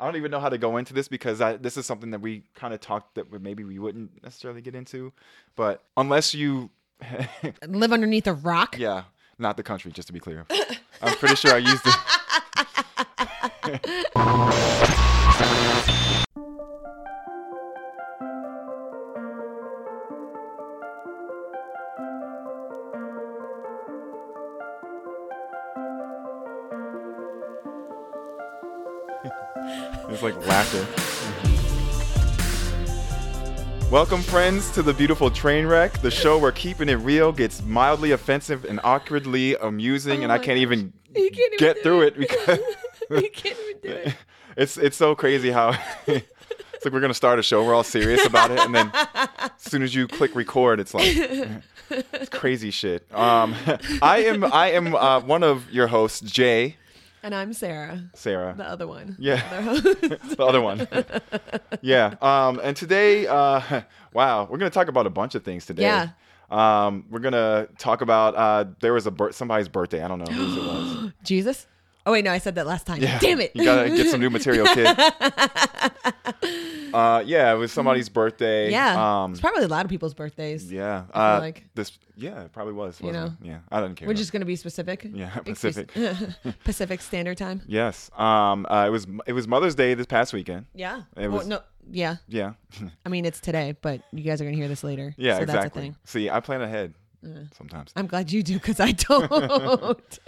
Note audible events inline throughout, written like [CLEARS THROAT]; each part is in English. I don't even know how to go into this because I, this is something that we kind of talked that we- maybe we wouldn't necessarily get into, but unless you, [LAUGHS] Live underneath a rock. yeah, not the country, just to be [LAUGHS] clear. I'm pretty sure I used it. It's like laughter. Welcome, friends, to the beautiful train wreck, the show where keeping it real gets mildly offensive and awkwardly amusing, and I can't even Oh You can't even get do through it. it because [LAUGHS] you can't even do [LAUGHS] it. it's it's so crazy how [LAUGHS] it's like we're gonna start a show, we're all serious about it, and then as soon as you click record, it's like it's crazy shit. Um, [LAUGHS] I am I am uh, one of your hosts, Jay And I'm Sarah, Sarah. the other one. Yeah. Other host. [LAUGHS] the other one. yeah. Um, and today, uh, wow, we're gonna talk about a bunch of things today. Yeah. Um, we're gonna talk about uh, there was a bir- somebody's birthday. I don't know whose it was. Jesus. Oh wait, no, I said that last time. Yeah. Damn it. You gotta get [LAUGHS] some new material, kid. uh, yeah, it was somebody's birthday. yeah. Um, it's probably a lot of people's birthdays. yeah. I feel Uh, like. this. Yeah, it probably was. You wasn't it? Yeah. I didn't care. We're though. just gonna be specific. Yeah, Excuse- [LAUGHS] Pacific Standard Time. yes. Um. Uh, it was. It was Mother's Day this past weekend. Yeah. It Well, was- no. Yeah. Yeah. [LAUGHS] I mean, it's today, but you guys are gonna hear this later. yeah. so exactly. That's a thing. See, I plan ahead sometimes. I'm glad you do because [LAUGHS] I [LAUGHS] don't.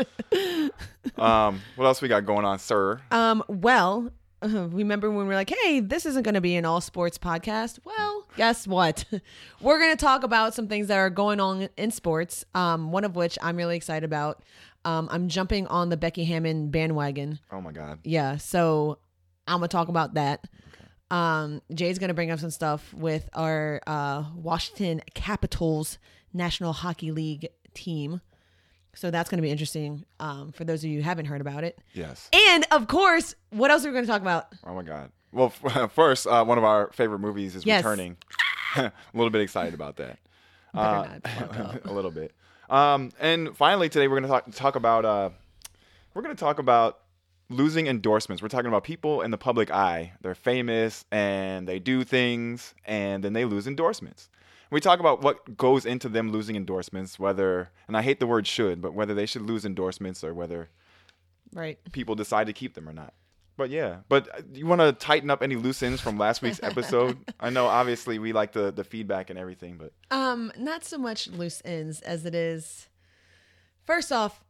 um, what else we got going on, sir? um, well, uh, remember when we were like, hey, this isn't going to be an all sports podcast? Well, guess what? [LAUGHS] we're going to talk about some things that are going on in sports, um, one of which I'm really excited about. Um, I'm jumping on the Becky Hammond bandwagon. Oh my God. Yeah, so I'm going to talk about that. Um, Jay's going to bring up some stuff with our uh, Washington Capitals National Hockey League team. So that's going to be interesting um, for those of you who haven't heard about it. Yes. And of course, what else are we going to talk about? Oh my God. Well, [LAUGHS] f- first, uh, one of our favorite movies is Yes. returning. [LAUGHS] a little bit excited about that. Uh, Better not fuck up. a little bit. Um, and finally, today we're going to talk, talk about uh, we're going to talk about losing endorsements. We're talking about people in the public eye. They're famous and they do things, and then they lose endorsements. We talk about what goes into them losing endorsements, whether and I hate the word should, but whether they should lose endorsements or whether Right. people decide to keep them or not. But yeah, but uh, you want to tighten up any loose ends from last week's [LAUGHS] episode? I know, obviously, we like the the feedback and everything, but Um, not so much loose ends as it is. First off,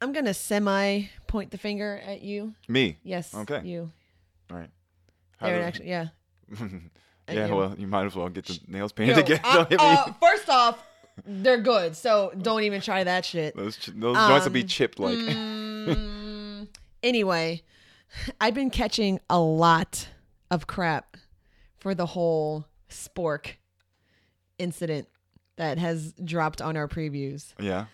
I'm going to semi point the finger at you. me, Yes. Okay. You. all right. How There it do- [LAUGHS] actually. Yeah. at yeah, you. well, you might as well get the nails Yo, painted again. [LAUGHS] uh, Don't hit me. uh, first off, they're good, so don't even try that shit. those ch- those joints will be Um, chipped. Like, hmm. Mm, anyway, I've been catching a lot of crap for the whole spork incident that has dropped on our previews. [LAUGHS] yeah,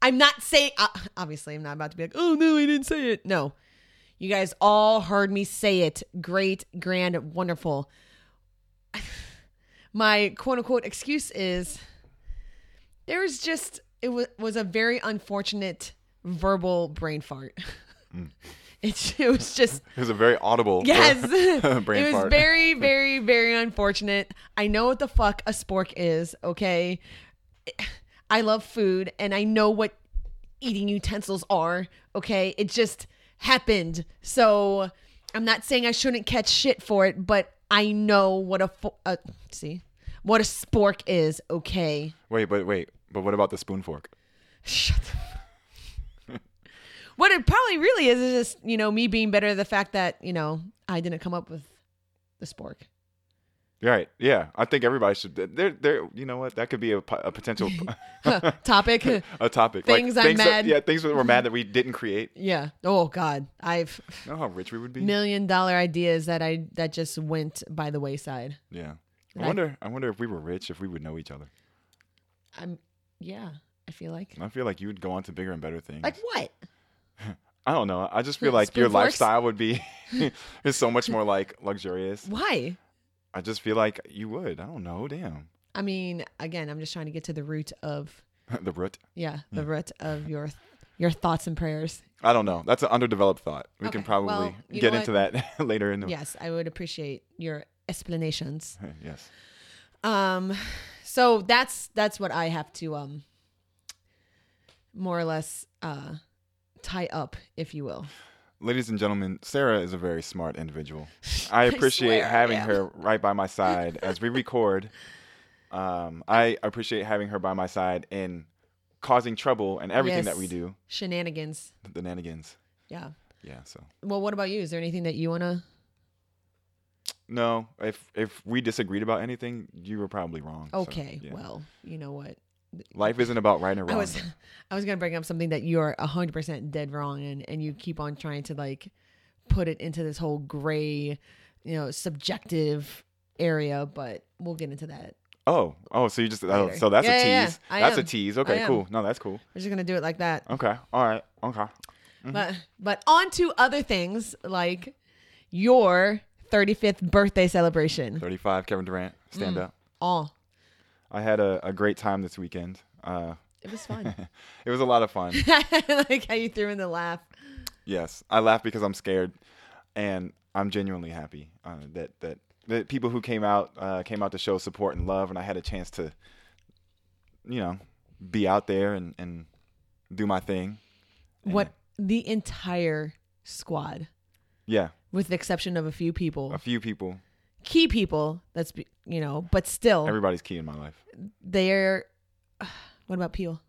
I'm not saying, uh, obviously, I'm not about to be like, oh no, I didn't say it. No. You guys all heard me say it. Great, grand, wonderful. [SIGHS] My quote unquote excuse is there was just, it was, was a very unfortunate verbal brain fart. [LAUGHS] It, it was just it was a very [LAUGHS] audible. Yes. [LAUGHS] brain it was fart. very, very, very unfortunate. I know what the fuck a spork is, okay? I love food and I know what eating utensils are, okay? It just happened. So I'm not saying I shouldn't catch shit for it, but I know what a, fo- uh, see, what a spork is, okay? wait, but wait, but what about the spoon fork? Shut the What it probably really is is just, you know, me being better at the fact that, you know, I didn't come up with the spork. Right. Yeah, I think everybody should. There, there. You know what? That could be a, po- a potential [LAUGHS] topic. a topic. Things I'm like, things that- mad- yeah, things that we're mad that [LAUGHS] we didn't create. yeah. Oh God, I've You know how rich we would be. million dollar ideas that I that just went by the wayside. Yeah. Right. I wonder. I wonder if we were rich, if we would know each other. I'm yeah. I feel like And I feel like you would go on to bigger and better things. like what? I don't know. I [LAUGHS] just feel like your Spoon forks? lifestyle would [LAUGHS] be [LAUGHS] is so much more like luxurious. Why? I just feel like you would. I don't know. Damn. I mean, again, I'm just trying to get to the root of [LAUGHS] the root. yeah the root of your Your thoughts and prayers. I don't know. That's an underdeveloped thought. We can Okay, probably well, you get know into that [LAUGHS] later in the Yes, I would appreciate your explanations. yes. Um, so that's that's what I have to um, more or less uh, tie up, if you will. Ladies and gentlemen, Sarah is a very smart [LAUGHS] individual. I appreciate swear I having am. her right by [LAUGHS] my side as we record. Um, I appreciate having her by my side in causing trouble and everything that Yes. we do. Shenanigans. The nanigans. Yeah. Yeah, so. Well, what about you? Is there anything that you wanna? No, if if we disagreed about anything, you were probably wrong. so, Okay. yeah. Well, you know what. life isn't about right or wrong. I was [LAUGHS] I was gonna bring up something that you're hundred percent dead wrong in, and you keep on trying to like put it into this whole gray, you know, subjective area, but we'll get into that. oh, oh, so you just oh, Later. so that's Yeah, a yeah, yeah. tease. I That's a am. tease. I Okay, am. cool. No, that's cool. We're just gonna do it like that. Okay, all right, okay. Uh-huh. But but on to other things like your 35th birthday celebration. Thirty-five, Kevin Durant, stand up. Oh, I had a, a great time this weekend. Uh, [LAUGHS] it was fun. [LAUGHS] it was a lot of fun. like how you threw in the laugh. yes, I laugh because I'm scared, and I'm genuinely happy uh, that that that people who came out uh, came out to show support and love, and I had a chance to, you know, be out there and and do my thing. What the entire squad, Yeah, with the exception of a few people, a few people. key people. That's be- you know, but still Everybody's key in my life. they're. uh, What about Peel?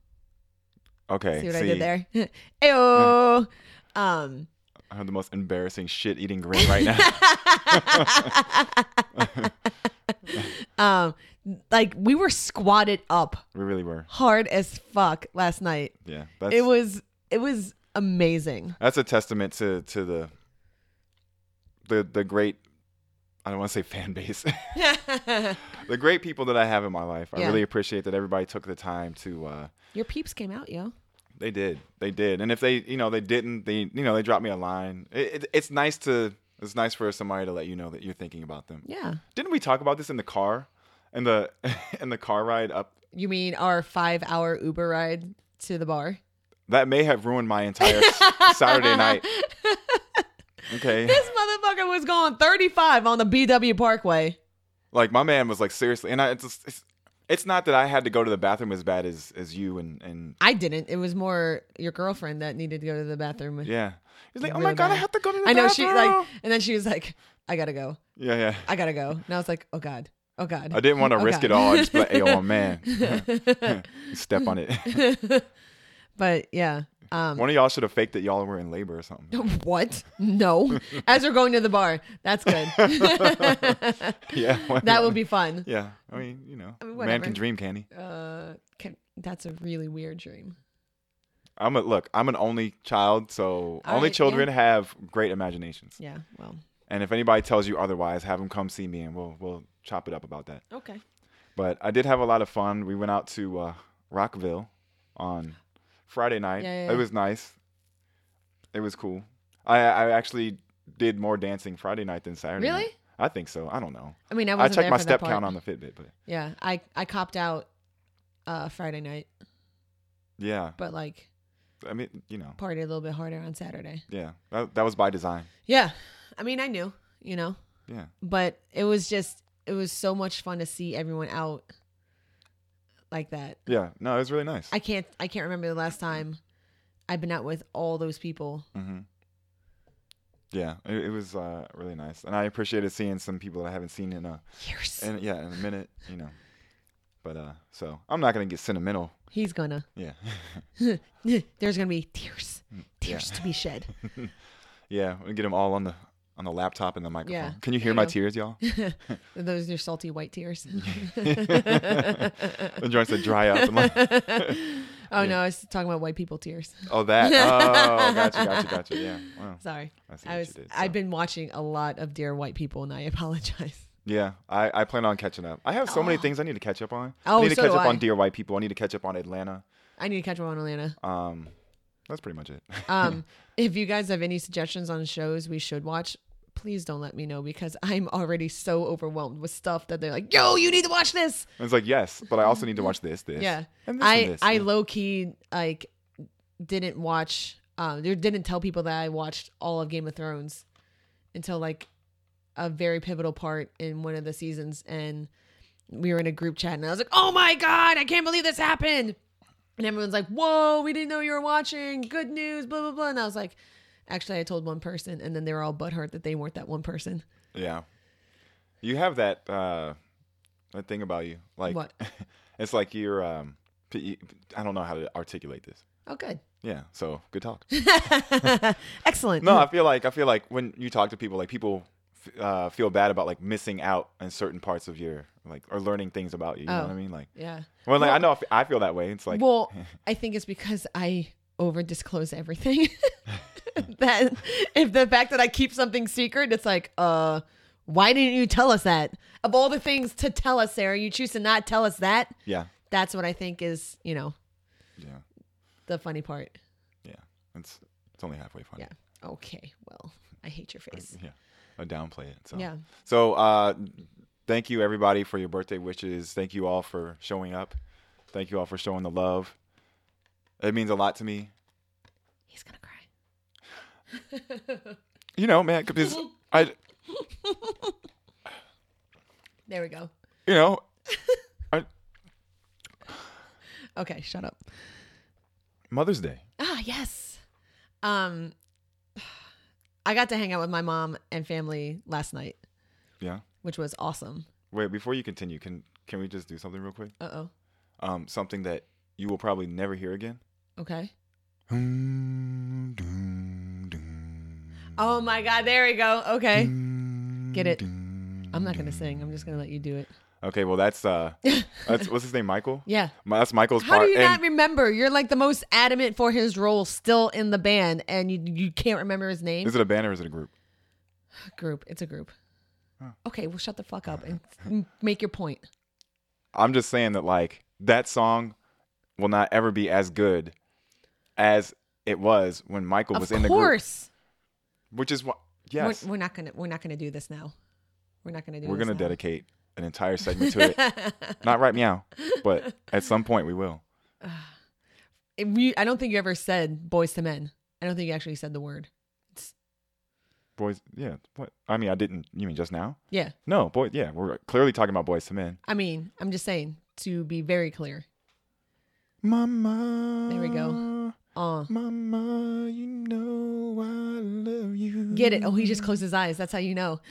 Okay, See what I did there? [LAUGHS] Ayo. Um, [LAUGHS] I have the most embarrassing shit-eating grin right now. um, like we were squatted up we really were. hard as fuck last night. Yeah, that's It was it was [LAUGHS] amazing. that's a testament to to the the the great I don't want to say fan base. [LAUGHS] the great people that I have in my life. I Yeah. really appreciate that everybody took the time to uh Your peeps came out, yo. they did. They did. And if they, you know, they didn't, they you know, they dropped me a line. It, it, it's nice to it's nice for somebody to let you know that you're thinking about them. Yeah. Didn't we talk about this in the car? In the [LAUGHS] in the car ride up You mean our five hour Uber ride to the bar? That may have ruined my [LAUGHS] entire s- Saturday night. Okay. This motherfucker was going 35 on the BW Parkway. Like my man was like seriously, and I, it's, just- it's it's not that I had to go to the bathroom as bad as as you and and I didn't. It was more your girlfriend that needed to go to the bathroom. yeah. He's like, oh Really my god, I bad. have to go to the I know she bathroom. like, and then she was like, "I gotta go. yeah, yeah. I gotta go." And I was like, "Oh God, oh God." I didn't want to Oh, risk God. it all. I just be like, hey, oh man, [LAUGHS] [LAUGHS] step on it. But yeah, um, [LAUGHS] One of y'all should have faked that y'all were in labor or something. what? No, as we're going to the bar, that's good. [LAUGHS] Yeah, [LAUGHS] why That not? would [LAUGHS] be fun. Yeah, I mean, you know, mean, man whatever. can dream, can he? Uh, can, that's a really weird dream. I'm a look. I'm an only child, so only All right, yeah. children have great imaginations. Yeah. Well. And if anybody tells you otherwise, have them come see me, and we'll we'll chop it up about that. Okay. But I did have a lot of fun. We went out to uh, Rockville on Friday night. Yeah, yeah, yeah. It was nice. It was cool. I I actually did more dancing Friday night than Saturday. Really? night. I think so. I don't know. I mean, I I, wasn't checked there my for step that count part. on the Fitbit, but Yeah, I I copped out uh Friday night, yeah, but like I mean, you know, partied a little bit harder on Saturday. yeah, that that was by design. Yeah. I mean, I knew, you know, Yeah, but it was just it was so much fun to see everyone out like that. yeah. No, it was really nice. I can't I can't remember the last time I've been out with all those people. hmm Yeah, it, it was uh, really nice, and I appreciated seeing some people that I haven't seen in a Years. and yeah, in a minute, you know. But uh, so I'm not gonna get sentimental. He's gonna. [LAUGHS] Yeah, [LAUGHS] There's gonna be tears, Mm, tears to be [LAUGHS] shed. yeah, I'm gonna get them all on the on the laptop and the microphone. Yeah, Can you there hear you my go. tears, [LAUGHS] y'all? Those are salty white [LAUGHS] tears. [LAUGHS] the joints that dry up. And [LAUGHS] like, Oh no, I was talking about white people tears. oh, that. Oh, gotcha, gotcha, gotcha. Yeah. Wow. Sorry, I see [LAUGHS] I what was. you did, I've so. been watching a lot of Dear White People, and I apologize. Yeah, I, I plan on catching up. I have so many things I need to catch up on. Oh, I need to so catch do up I. on Dear White People. I need to catch up on Atlanta. I need to catch up on Atlanta. Um, that's pretty much it. [LAUGHS] Um, if you guys have any suggestions on shows we should watch, please don't let me know because I'm already so overwhelmed with stuff that they're like, "Yo, you need to watch this." And it's like yes, but I also need to watch this, this, Yeah, and this, I and this. I low key like didn't watch um or didn't tell people that I watched all of Game of Thrones until like a very pivotal part in one of the seasons and we were in a group chat and I was like, "Oh my god, I can't believe this happened." And everyone's like, "Whoa, we didn't know you were watching. Good news, blah blah blah." And I was like, "Actually, I told one person and then they were all butthurt that they weren't that one person." Yeah. You have that uh that thing about you. Like What? [LAUGHS] it's like you're um p- I don't know how to articulate this. Oh, good. Yeah. So, good [LAUGHS] talk. Excellent. No, I feel like I feel like when you talk to people like people f- uh, feel bad about like missing out on certain parts of your like or learning things about you, you know Oh. what I mean? Like Yeah. well, like I know I fe- I feel that way. It's like well, I think it's because I over disclose everything. [LAUGHS] that if the fact that I keep something secret, it's like, uh, why didn't you tell us that? Of all the things to tell us, Sarah, you choose to not tell us that. yeah. That's what I think is, you know, Yeah. the funny part. Yeah. It's it's only halfway funny. Yeah. Okay. Well, I hate your face. Yeah. I downplay it. So. Yeah. So uh, thank you everybody for your birthday wishes. Thank you all for showing up. Thank you all for showing the love. It means a lot to me. He's gonna cry. You know, man, [LAUGHS] because I, you There we go. know, I, Okay, shut up. Mother's Day. Ah, yes. Um, [SIGHS] I got to hang out with my mom and family last night, Yeah. which was awesome. Wait, before you continue, can can we just do something real quick? Uh oh. Um, something that you will probably never hear again. Okay. Oh my God. There we go. Okay. Mm. Get it. I'm not going to sing. I'm just going to let you do it. Okay, well that's [LAUGHS] uh, that's what's his name, Michael. Yeah. My- that's Michael's How do part. you and- not remember? You're like the most adamant for his role still in the band, and you, you can't remember his name? is it a band or is it a group? group. It's a group. Okay, well, shut the fuck up [LAUGHS] and m- make your point. I'm just saying that like that song will not ever be as good as it was when Michael was Of in the group, course, which is what we're, yes, we're, we're not gonna we're not gonna do this now. We're not gonna do. this gonna now. dedicate an entire segment to [LAUGHS] it. not right meow, but at some point we will. It- we- I don't think you ever said boys to men. I don't think you actually said the word. Boys, yeah. What I mean, I didn't. You mean just now? Yeah, No, boy, yeah. We're clearly talking about boys to men. I mean, I'm just saying to be very clear. Mama, There we go. Uh, Mama, you know I love you. get it? Oh, he just closed his eyes. That's how you know.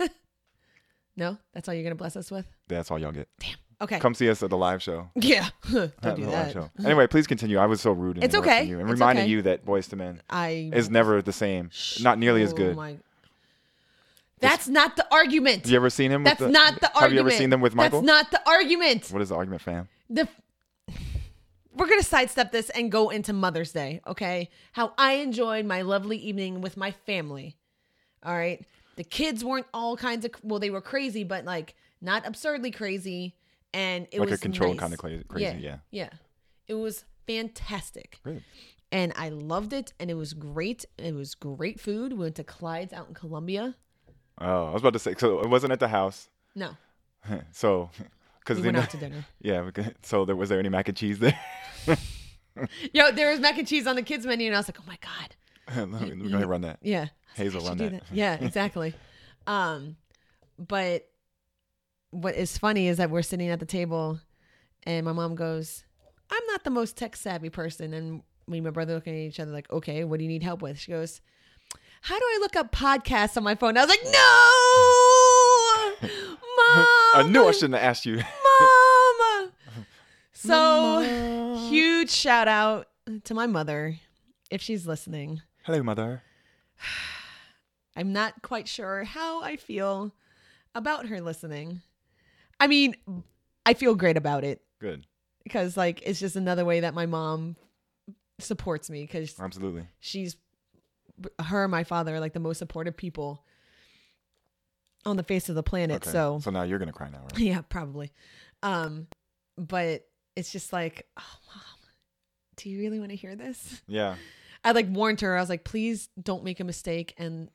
[LAUGHS] no, that's all you're gonna bless us with. That's all y'all get. Okay. Come see us at the live show. [LAUGHS] yeah. [LAUGHS] Not don't in do the live that. show. Anyway, please continue. I was so rude. In It's interrupting okay. You and It's reminding okay. you that Boys to Men I is never the same. Not nearly as Oh good. my- That's not the argument. You ever seen him? That's with the, not the Have argument. you ever seen them with Michael? That's not the argument. what is the argument, fam? The we're gonna sidestep this and go into Mother's Day, okay? How I enjoyed my lovely evening with my family. All right, the kids weren't all kinds of well, they were crazy, but like not absurdly crazy, and it Like a was controlled nice. kind of cla- crazy, yeah. yeah, it was fantastic Great. and I loved it, and it was great. It was great food. We went to Clyde's out in Columbia. Oh, I was about to say. So it wasn't at the house. No, So because we went out to dinner. [LAUGHS] yeah. because- So there was there any mac and cheese there? Yo, there was mac and cheese on the kids menu, and I was like, oh my [LAUGHS] god, Let me- We're gonna run that. [LAUGHS] yeah, I was [LAUGHS] Hazel, I should run do that. Yeah, [LAUGHS] exactly. um, but what is funny is that we're sitting at the table, and my mom goes, "I'm not the most tech savvy person," and me and my brother looking at each other like, "Okay, what do you need help with?" She goes. How do I look up podcasts on my phone? I was like, no, I mom. knew [LAUGHS] I shouldn't have asked you. [LAUGHS] mom. [LAUGHS] So huge shout out to my mother if she's listening. Hello, mother. I'm not quite sure how I feel about her listening. I mean, I feel great about it Good. because like it's just another way that my mom supports me cuz Absolutely. she's her and my father are like the most supportive people on the face of the planet. Okay. So [LAUGHS] so now you're gonna cry now, right? Yeah, probably. Um, but it's just like, oh, mom, do you really want to hear this? Yeah. I like warned her. I was like, please don't make a mistake and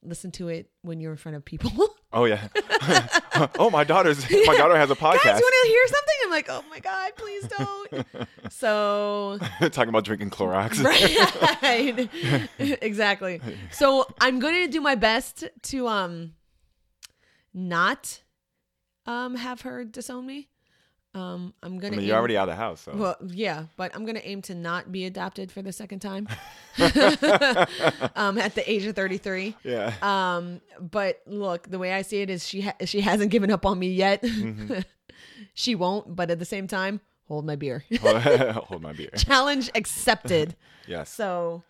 listen to it when you're in front of people. [LAUGHS] Oh yeah. [LAUGHS] oh my daughter's [LAUGHS] my daughter has a Guys, podcast you want to hear something? I'm like, oh my god, [LAUGHS] please don't. so talking about drinking Clorox. [LAUGHS] right, [LAUGHS] exactly. So I'm going to do my best to um not um have her disown me. Um, I'm [LAUGHS] I gonna. mean, aim- you're already out of the house, so Well, yeah, but I'm gonna aim to not be adopted for the [LAUGHS] second time. [LAUGHS] um, at the age of 33. yeah. Um, but look, the way I see it is she ha- she hasn't given up on me yet. Mm-hmm. [LAUGHS] she won't, but at the same time, hold my beer. [LAUGHS] [LAUGHS] Hold my beer. Challenge accepted. Yes. So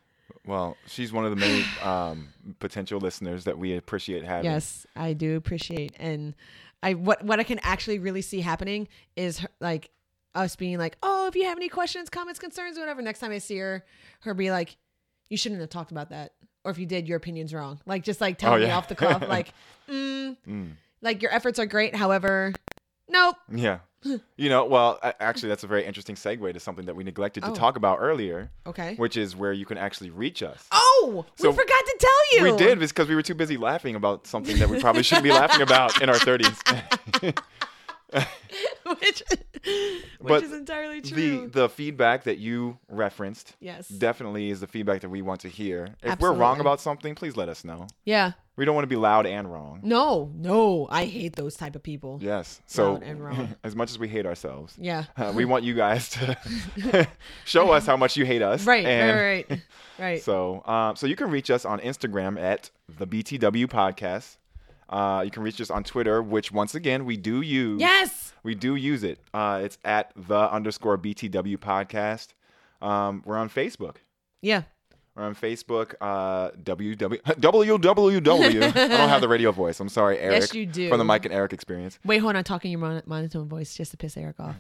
Well, she's one of the many um, potential listeners that we appreciate having. yes, I do appreciate and I what what I can actually really see happening is her, like us being like, oh, if you have any questions, comments, concerns, whatever. Next time I see her, her be like, you shouldn't have talked about that, or if you did, your opinion's wrong. Like just like tell Oh, me yeah. off the cuff, [LAUGHS] like, mm, Mm. like your efforts are great, however, nope. [LAUGHS] Yeah. You know, well, a- actually, that's a very interesting segue to something that we neglected Oh. to talk about earlier, Okay. which is where you can actually reach us. Oh, So- we forgot to tell [LAUGHS] you. We did because we were too busy laughing about something that we probably shouldn't be laughing about in our 30s. [LAUGHS] which, which But is entirely the [LAUGHS] true. the feedback that you referenced yes. definitely is the feedback that we want to hear. If we're Absolutely. wrong about something, please let us know. yeah. We don't want to be loud and wrong. No, no, I hate those type of people. Yeah. Yes. So Loud and wrong. [LAUGHS] as much as we hate ourselves, uh, we want you guys [LAUGHS] to [LAUGHS] show us how much you hate us. Right, and right, right, [LAUGHS] right. So, uh, so you can reach us on Instagram at the BTW Podcast. Uh, you can reach us on Twitter, which once again we do use. yes. We do use it. Uh, it's at the underscore BTW Podcast. Um, we're on Facebook. Yeah. We're on Facebook. Uh, [LAUGHS] www. www. I don't have the radio voice. I'm sorry, Eric. Yes, you do. From the Mike and Eric experience. Wait, hold on. Talking your mon- monotone voice just to piss Eric off.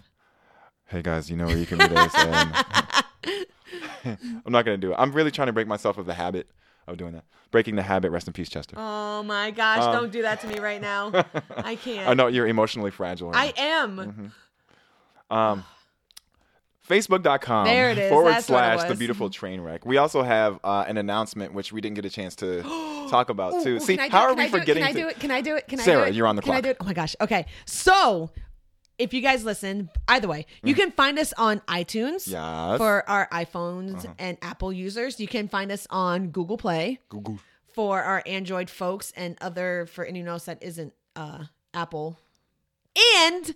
Hey guys, you know where you can reach us. Um, [LAUGHS] [LAUGHS] I'm not gonna do it. I'm really trying to break myself of the habit of doing that. Breaking the habit. Rest in peace, Chester. Oh my gosh! don't do that to me [LAUGHS] right now. I can't. Um, I know Oh, Mm-hmm. you're emotionally fragile. I am. Facebook.com There it is. forward That's what it slash the was. beautiful train wreck. We also have uh, an announcement which we didn't get a chance [GASPS] to talk about Ooh, too. ooh, See, can I do how it? are Can we I do it? forgetting? Can I to- do it? Can I do it? Can I Sarah, do it? you're on the Can I clock. do it? Oh my gosh. Okay. So, if you guys listen, either way, Mm-hmm. you can find us on iTunes Yes. for our iPhones Uh-huh. and Apple users. You can find us on Google Play Google. for our Android folks and other for anyone else that isn't uh, Apple. And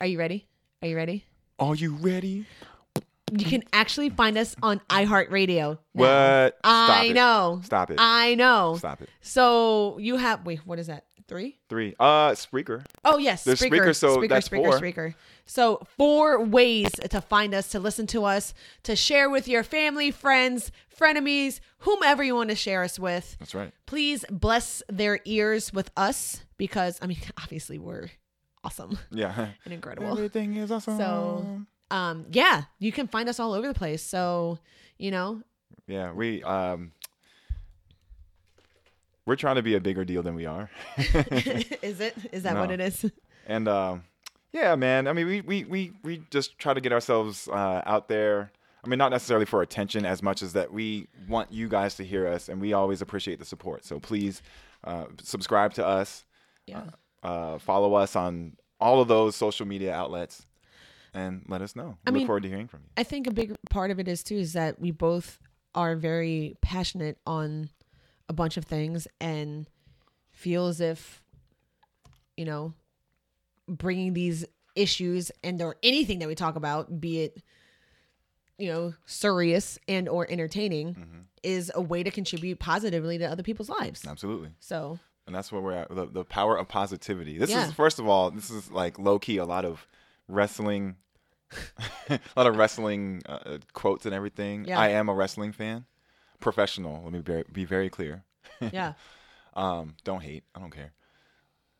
are you ready? Are you ready? Are you ready? You can actually find us on iHeartRadio. now. What? Stop I it. know. Stop it. I know. Stop it. So you have wait, what is that? Three? Three. Uh, Spreaker. Oh yes, There's Spreaker, so Spreaker, that's Spreaker, four. Spreaker. So four ways to find us, to listen to us, to share with your family, friends, frenemies, whomever you want to share us with. That's right. Please bless their ears with us because I mean, [LAUGHS] obviously we're awesome Yeah. [LAUGHS] and incredible. Everything is awesome. So Mm-hmm. um yeah, you can find us all over the place. So, you know, [LAUGHS] Yeah, we um, we're trying to be a bigger deal than we are. is it is that what No. it is? [LAUGHS] and um, yeah, man. I mean, we, we we we just try to get ourselves uh, out there. I mean, not necessarily for attention as much as that we want you guys to hear us, and we always appreciate the support. So please uh, subscribe to us, Yeah. uh, follow us on all of those social media outlets, and let us know. We I look mean- forward to hearing from you. I think a big part of it is too is that we both are very passionate on a bunch of things and feel as if you know bringing these issues and or anything that we talk about be it you know serious and or entertaining Mm-hmm. is a way to contribute positively to other people's lives Absolutely. [LAUGHS] so and that's where we're at the, the power of positivity this Yeah. is first of all this is like low-key a lot of wrestling [LAUGHS] a lot of wrestling uh, quotes and everything Yeah. i am a wrestling fan professional let me be, be very clear yeah um, don't hate i don't care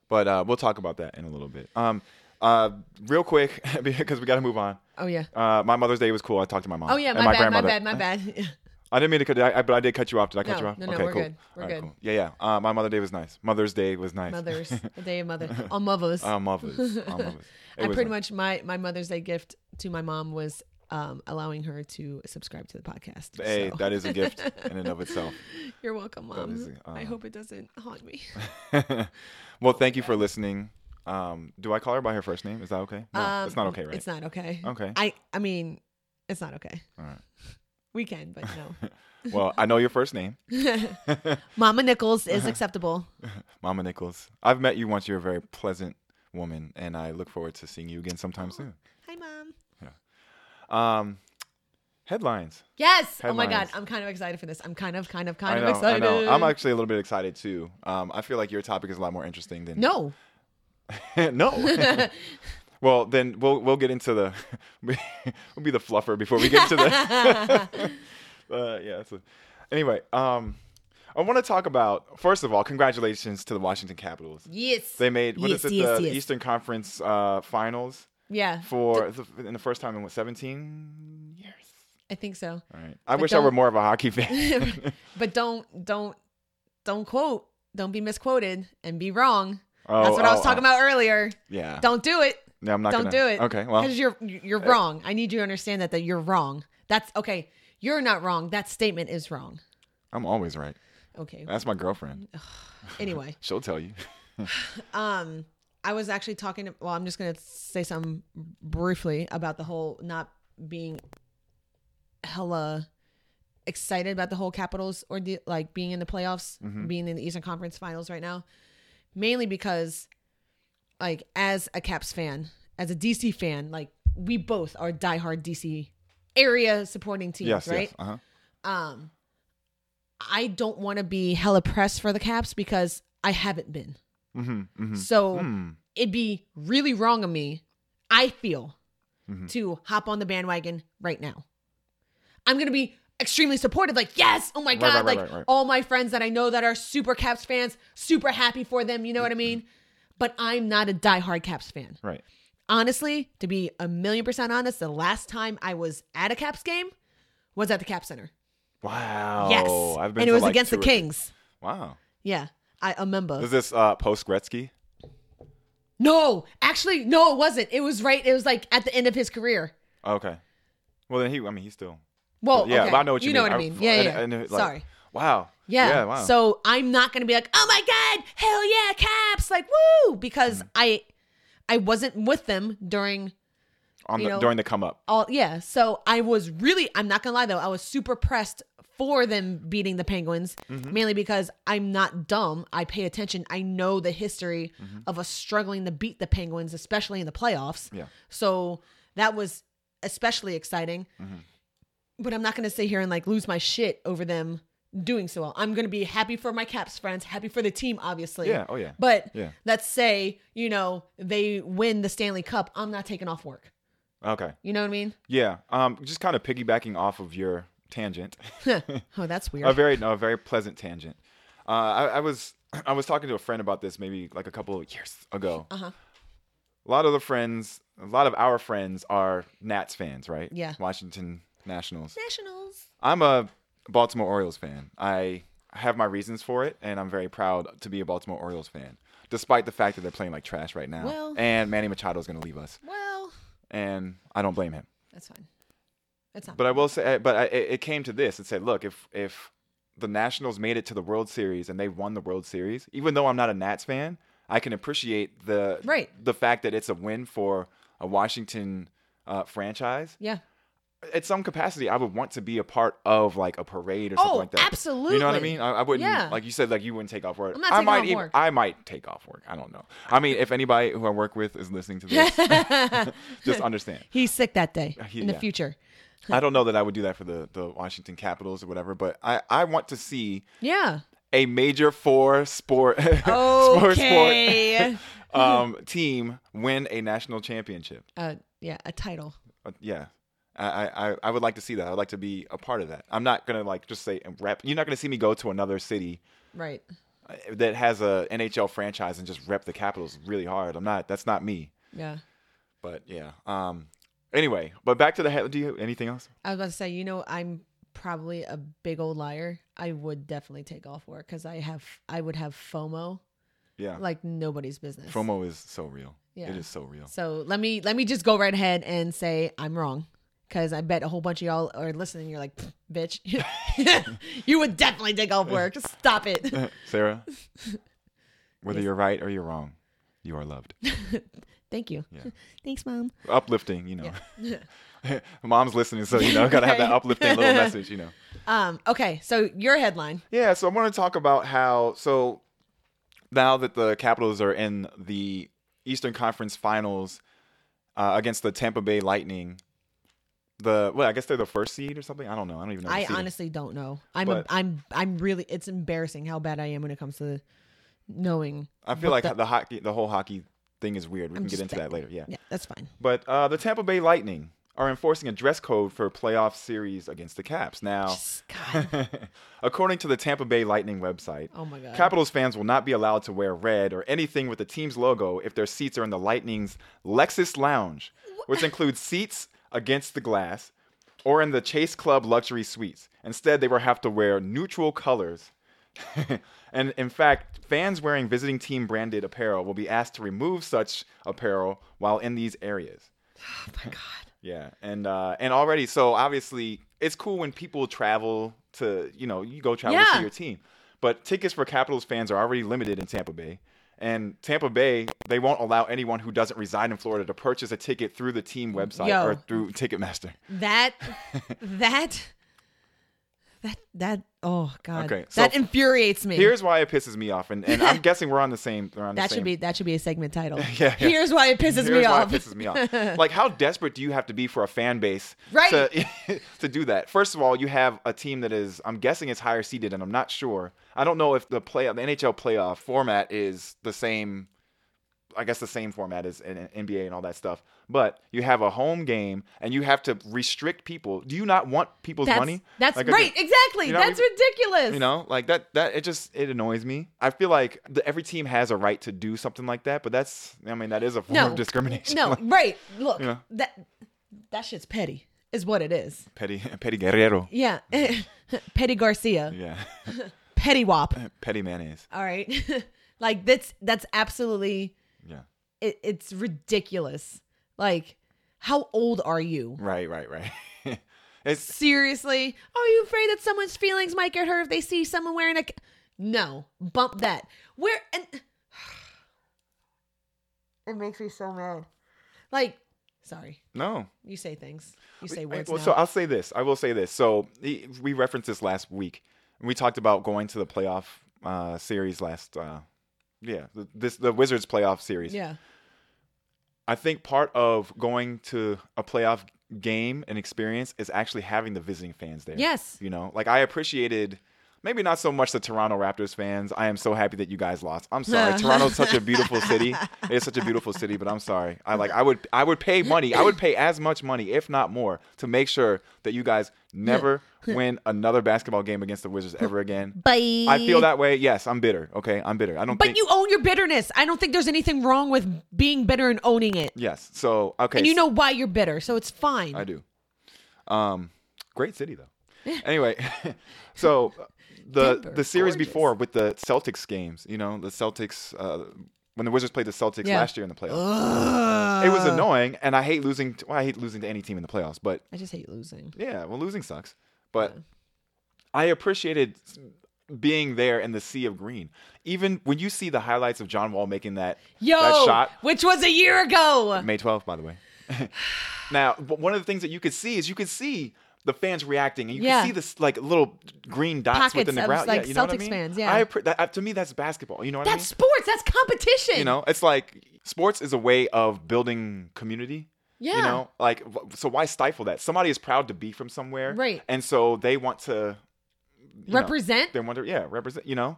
but uh, we'll talk about that in a little bit um, uh, real quick [LAUGHS] because we gotta move on oh yeah uh, my mother's day was cool i talked to my mom oh yeah and my, my bad, my grandmother bad my bad [LAUGHS] I didn't mean to cut. I, I- but I did cut you off. Did I cut No, you off? no, no, okay, we're cool. good. We're All right, good. cool. Yeah, yeah. Uh, my Mother's Day was nice. Mother's Day was nice. mothers the day [LAUGHS] of mother on mothers [LAUGHS] Our mothers. Our mothers. It I was pretty nice. much my my Mother's Day gift to my mom was um, allowing her to subscribe to the podcast. [LAUGHS] Hey, So, that is a gift in and of itself. [LAUGHS] you're welcome, mom. is, I uh, hope it doesn't haunt me. well, thank you for listening. Um, do I call her by her first name? Is that okay? No, Um, it's not okay, right? It's not okay. okay. I I mean, it's not okay. All right. We can, but [LAUGHS] no. [LAUGHS] Well, I know your first name, Mama [LAUGHS] Nichols is acceptable. Mama Nichols. I've met you once. You're a very pleasant woman, and I look forward to seeing you again sometime soon. Hi, mom. Um, headlines. Yes. Oh my god, Headlines. I'm kind of excited for this. I'm kind of, kind of, I kind know. of excited. I know. I'm actually a little bit excited too. Um, I feel like your topic is a lot more interesting than no. [LAUGHS] no. well, then we'll we'll get into the [LAUGHS] we'll be the fluffer before we get to the. [LAUGHS] uh, yeah. So, anyway, um, I want to talk about first of all, congratulations to the Washington Capitals. Yes. They made what is Yes, it yes, the yes. Eastern Conference uh, Finals yeah. for the, in the first time in what 17 years. I think so. All right. I But wish I were don't- more of a hockey [LAUGHS] fan. [LAUGHS] But don't don't don't quote. Don't be misquoted and be wrong. Oh, That's what I was oh, talking oh. about earlier. Yeah. Don't do it. No, I'm not Don't gonna- do it. Okay. Well, uh, because you're you're wrong. I need you to understand that that you're wrong. That's okay. You're not wrong. That statement is wrong. I'm always right. [LAUGHS] Okay. That's my girlfriend. Oh. Anyway, She'll tell you. um, I was actually talking. To, well, I'm just gonna say something briefly about the whole not being hella excited about the whole Capitals or the, like being in the playoffs, Mm-hmm. being in the Eastern Conference Finals right now, mainly because like as a Caps fan, as a DC fan, like we both are diehard DC area supporting teams, yes. right? Yes. Uh huh. um I don't want to be hella pressed for the caps because I haven't been. Mm-hmm. Mm-hmm. So Mm. it'd be really wrong of me, I feel, Mm-hmm. to hop on the bandwagon right now. I'm going to be extremely supportive like yes oh my Right, god right, right, like right, right. all my friends that i know that are super caps fans super happy for them you know what i mean but i'm not a diehard caps fan Right. honestly to be a million percent honest the last time i was at a caps game was at the cap center Wow. Yes. Oh, I've been and to, it was like, against the Oh. two or- Kings. Wow. Yeah. I a member. Is this uh, post Gretzky? no, actually, no, it wasn't. It was right. It was like at the end of his career. Oh, Okay. Well, then he. I mean, he's still. Well, yeah, Oh, okay. but I know what you, know mean. what I mean. yeah, yeah. and- and, like, Sorry. Wow. Yeah. Yeah. Wow. So I'm not gonna be like, oh my god, hell yeah, caps, like woo, because Mm. I, I wasn't with them during On you the, know- during the come up. all. Yeah. So I was really, I'm not gonna lie though, I was super pressed for them beating the Penguins, Mm-hmm. mainly because I'm not dumb. I pay attention. I know the history Mm-hmm. of us struggling to beat the Penguins, especially in the playoffs. Yeah. So that was especially exciting. Mm-hmm. But I'm not going to sit here and like lose my shit over them doing so well. I'm going to be happy for my Caps friends, happy for the team, obviously. Yeah. Oh yeah. But Yeah. let's say, you know, they win the Stanley Cup. I'm not taking off work. Okay. You know what I mean? Yeah. Um. Just kind of piggybacking off of your tangent. [LAUGHS] Oh, that's [LAUGHS] weird. a very no, a very pleasant tangent. Uh, I, I was [CLEARS THROAT] I was talking to a friend about this maybe like a couple of years ago. Uh-huh. A lot of the friends, a lot of our friends are Nats fans, right? Yeah. Washington Nationals. Nationals. I'm a Baltimore Orioles fan. I have my reasons for it, and I'm very proud to be a Baltimore Orioles fan, despite the fact that they're playing like trash right now. Well- and Manny Machado is going to leave us, Well, and I don't blame him. that's fine. That's not. But I will say, but I, it it came to this. It said, look, if if the Nationals made it to the World Series and they won the World Series, even though I'm not a Nats fan, I can appreciate the Right. the fact that it's a win for a Washington uh, franchise. yeah. At some capacity, I would want to be a part of like a parade or something Oh, like that. You know what I absolutely. mean? I, I wouldn't Yeah. like you said, like you wouldn't take off work. I'm not I taking might off even, work. I might take off work. I don't know. I mean, if anybody who I work with is listening to this, [LAUGHS] just understand. He's sick that day Uh, he- in the yeah. [LAUGHS] future. I don't know that I would do that for the, the Washington Capitals or whatever, but I, I want to see Yeah. a major four sport [LAUGHS] sport, sport Okay. [LAUGHS] um, team win a national championship. uh, yeah, a title. Uh, yeah. I, I, I- I would like to see that. I'd like to be a part of that. I'm not gonna like just say and rep. You're not gonna see me go to another city Right. uh, that has a NHL franchise and just rep the Capitals really hard. I'm not. That's not me. Yeah. But yeah. Um. Anyway, but back to the head. Do you anything else? I was about to say, you know, I'm probably a big old liar. I would definitely take off work because I have, I would have FOMO Yeah. like nobody's business. FOMO is so real. Yeah. It is so real. [LAUGHS] So let me let me just go right ahead and say I'm wrong, Because I bet a whole bunch of y'all are listening. You're like, "Pfft, bitch, [LAUGHS] you would definitely take off work. Stop it. [LAUGHS] [LAUGHS] Sarah, whether you're right or you're wrong, you are [LAUGHS] loved. Thank you. [LAUGHS] Thanks, mom. Uplifting, you know. [LAUGHS] [LAUGHS] Mom's listening, so you know, gotta have that Right. uplifting little message, you know. Um, okay, so your headline. Yeah, so I want to talk about how so now that the Capitals are in the Eastern Conference Finals uh, against the Tampa Bay Lightning, the well, I guess they're the first seed or something. I don't know. I don't even know. the I seeding. honestly don't know. I'm But- a, I'm I'm really it's embarrassing how bad I am when it comes to knowing. I feel what like the, hockey, the whole hockey thing is weird. We can get just into saying. that later. Yeah. Yeah, that's fine. But uh, the Tampa Bay Lightning are enforcing a dress code for playoff series against the Caps. Now, Just- God. according to the Tampa Bay Lightning website, Oh my god. Capitals fans will not be allowed to wear red or anything with the team's logo if their seats are in the Lightning's Lexus Lounge, which includes seats against the glass or in the Chase Club luxury suites. Instead, they will have to wear neutral colors. [LAUGHS] and in fact, fans wearing visiting team branded apparel will be asked to remove such apparel while in these areas. oh my god. Yeah, and uh, and already, so obviously, it's cool when people travel to you know you go travel to Yeah. see your team, but tickets for Capitals fans are already limited in Tampa Bay, and Tampa Bay they won't allow anyone who doesn't reside in Florida to purchase a ticket through the team website Yo. or through Ticketmaster. [LAUGHS] That that that that oh god. Okay, so that infuriates me. Here's why it pisses me off, and, and I'm guessing we're on the same. We're on the that same should be that should be a segment title. [LAUGHS] yeah. Here's why it pisses me Here's why off. [LAUGHS] It pisses me off. like, how desperate do you have to be for a fan base Right. to, [LAUGHS] to do that? First of all, you have a team that is, I'm guessing, it's higher seeded, and I'm not sure. I don't know if the play, the NHL playoff format is the same. I guess the same format as in in NBA and all that stuff, but you have a home game and you have to restrict people. Do you not want people's that's money? that's Like, I right, just- exactly. you know, that's we- ridiculous. you know, like that. That it just it annoys me. I feel like the, every team has a right to do something like that, but that's I mean that is a form no of discrimination. [LAUGHS] [LAUGHS] No, right. Look, Yeah. that that shit's petty, is what it is. Petty [LAUGHS] Petty Guerrero. Yeah. [LAUGHS] Petty Garcia. Yeah. [LAUGHS] Petty Wop. Petty mayonnaise. All right. [LAUGHS] like that's that's absolutely Yeah. it, it's ridiculous. Like, how old are you? Right, right, right. [LAUGHS] it's Seriously? Are you afraid that someone's feelings might get hurt if they see someone wearing a c- No. Bump that. Where and It makes me so mad. Like, sorry. no. You say things. You say I- words. well, now. so I'll say this. I will say this. So e- we referenced this last week. We talked about going to the playoff uh, series last. Uh, yeah, the, this the Wizards playoff series. yeah. I think part of going to a playoff game and experience is actually having the visiting fans there. Yes. You know, like I appreciated maybe not so much the Toronto Raptors fans. I am so happy that you guys lost. I'm [LAUGHS] sorry. Toronto's such a beautiful city. It's such a beautiful city, but I'm sorry. I like I would I would pay money. I would pay as much money, if not more, to make sure that you guys [LAUGHS] never win another basketball game against the Wizards ever again. Bye. I feel that way. Yes, I'm bitter. Okay, I'm bitter. I don't But think you own your bitterness. I don't think there's anything wrong with being bitter and owning it. Yes. So okay. And you know why you're bitter, so it's fine. I do. Um, great city though. anyway, [LAUGHS] so uh, the Denver, the series gorgeous. before with the Celtics games, you know, the Celtics uh, when the Wizards played the Celtics Yeah. last year in the playoffs, it was annoying, and I hate losing. To, well, I hate losing to any team in the playoffs, but I just hate losing. yeah, well, losing sucks. But I appreciated being there in the sea of green. Even when you see the highlights of John Wall making that Yo, that shot, which was a year ago. May 12th, by the way. [SIGHS] now, w- one of the things that you could see is you could see the fans reacting, and you Yeah. could see this like little green dots Pockets within the of, ground. like, yeah, you know what I Celtics mean? fans, yeah. I appre- that, uh, to me, that's basketball. You know what That's sports. That's competition. I mean? You know, it's like sports is a way of building community. Yeah. You know, like w- so why stifle that? Somebody is proud to be from somewhere, Right. And so they want to you know, Represent. they wonder, yeah, represent. You know,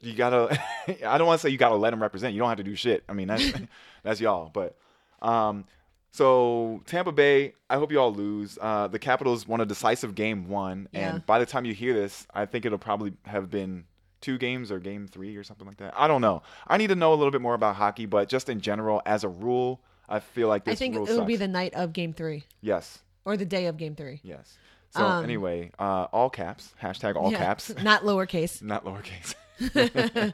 you gotta. [LAUGHS] I don't want to say you gotta let them represent. You don't have to do shit. I mean, that's [LAUGHS] that's y'all. But um, so Tampa Bay, I hope you all lose. Uh, the Capitals won a decisive game one, Yeah. and by the time you hear this, I think it'll probably have been two games or game three or something like that. I don't know. I need to know a little bit more about hockey, but just in general, as a rule, I feel like this I think rule it'll be sucks. the night of game three yes, or the day of game three. yes. So Um, anyway, uh, all [LAUGHS] caps, hashtag all [LAUGHS] Yeah, caps, Not lowercase. not lowercase.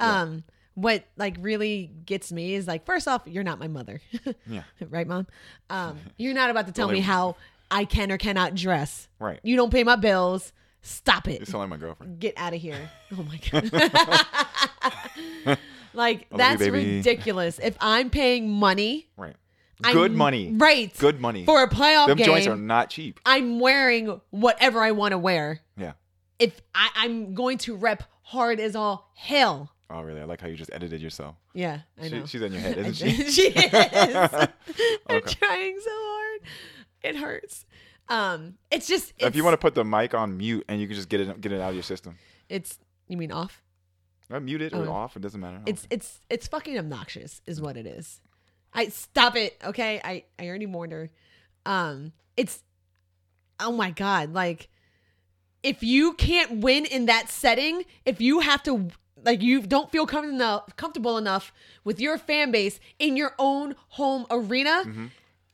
Um, what like really gets me is like first off, you're not my mother. [LAUGHS] Yeah. right, mom? [LAUGHS] Um, you're not about to tell Hmm. Well, me they- how I can or cannot dress. Right. You don't pay my bills. Stop it. It's not like my girlfriend. Get out of [LAUGHS] here. Oh my god. like you, that's baby. ridiculous. If I'm paying money, Right. I'm- Good money. Right. Good money. For a playoff Them game. joints are not cheap. I'm wearing whatever I want to wear. Yeah. If I, I'm going to rep hard as all hell. Oh, really? I like how you just edited yourself. Yeah, I She, know. she's in your head, [LAUGHS] I isn't she? did. she is. I'm [LAUGHS] Okay. trying so hard. It hurts. Um, it's just it's, If you want to put the mic on mute and you can just get it get it out of your system, it's you mean off? or mute it or Oh. off, it doesn't matter. It's it's it's fucking obnoxious, is what it is. I stop it, okay? I I already warned her. Um, it's oh my god, like if you can't win in that setting, if you have to like you don't feel com- enough, comfortable enough with your fan base in your own home arena Mm-hmm.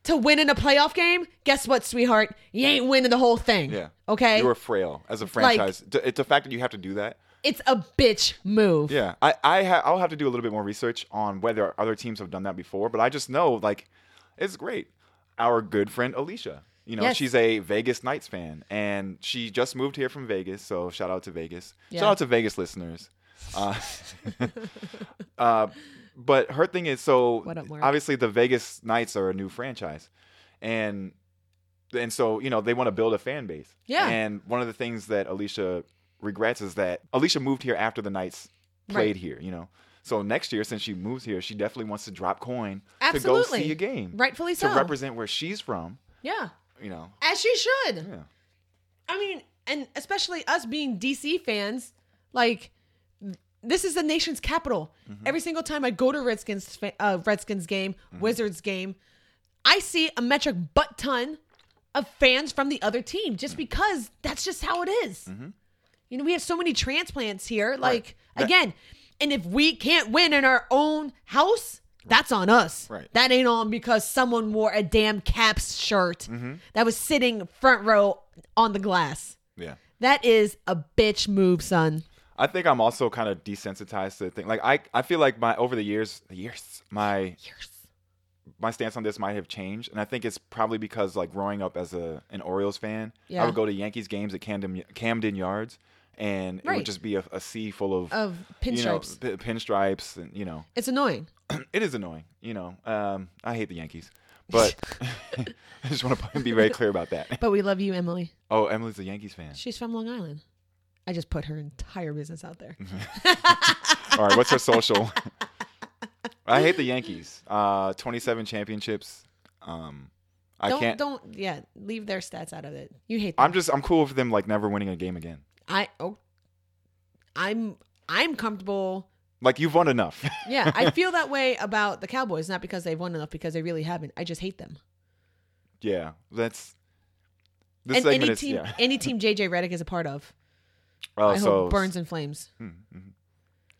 to win in a playoff game, guess what, sweetheart? You ain't winning the whole thing. Yeah. Okay. you are frail as a Like- franchise. D- it's the fact that you have to do that. it's a bitch move. Yeah, I, I ha- I'll have to do a little bit more research on whether other teams have done that before, but I just know like it's great. Our good friend Alicia, you know, Yes. she's a Vegas Knights fan, and she just moved here from Vegas. So shout out to Vegas. Yeah. Shout out to Vegas listeners. Uh, [LAUGHS] uh, but her thing is so What up, Mark? obviously the Vegas Knights are a new franchise, and and so you know they want to build a fan base. Yeah. And one of the things that Alicia regrets is that Alicia moved here after the Knights played Right. here. You know, so next year since she moves here, she definitely wants to drop coin to go Absolutely. see a game, Rightfully to so. represent where she's from. yeah. You know, As she should. yeah, I mean, and especially us being DC fans, like this is the nation's capital. Mm-hmm. Every single time I go to Redskins fa- uh, Redskins game, Wizards game, I see a metric butt ton of fans from the other team Mm-hmm. just because that's just how it is. You know, we have so many transplants here. Like That- again, and if we can't win in our own house, that's on us. Right. That ain't on because someone wore a damn Caps shirt Mm-hmm. that was sitting front row on the glass. yeah. That is a bitch move, son. I think I'm also kind of desensitized to the thing. Like I, I feel like my over the years, years, my Yes. my stance on this might have changed, and I think it's probably because like growing up as a an Orioles fan, Yeah. I would go to Yankees games at Camden Camden Yards, and it Right. would just be a, a sea full of Of you know, pinstripes. p- pinstripes, and you know, It's annoying. [CLEARS THROAT] it is annoying. You know, um, I hate the Yankees, but [LAUGHS] I just want to be very clear about that. [LAUGHS] But we love you, Emily. Oh, Emily's a Yankees [LAUGHS] fan. She's from Long Island. I just put her entire business out there. Mm-hmm. All right, what's her social? [LAUGHS] I hate the Yankees. Uh, Twenty-seven championships. Um, I don't can't. don't yeah, leave their stats out of it. You hate them. I'm just. I'm cool with them like never winning a game again. I oh I'm I'm comfortable. Like you've won enough. [LAUGHS] Yeah, I feel that way about the Cowboys, not because they've won enough, because they really haven't. I just hate them. [LAUGHS] yeah, that's. This and segment any is team yeah. any team JJ Redick is a part of. Oh, I so hope burns in flames. mm, mhm.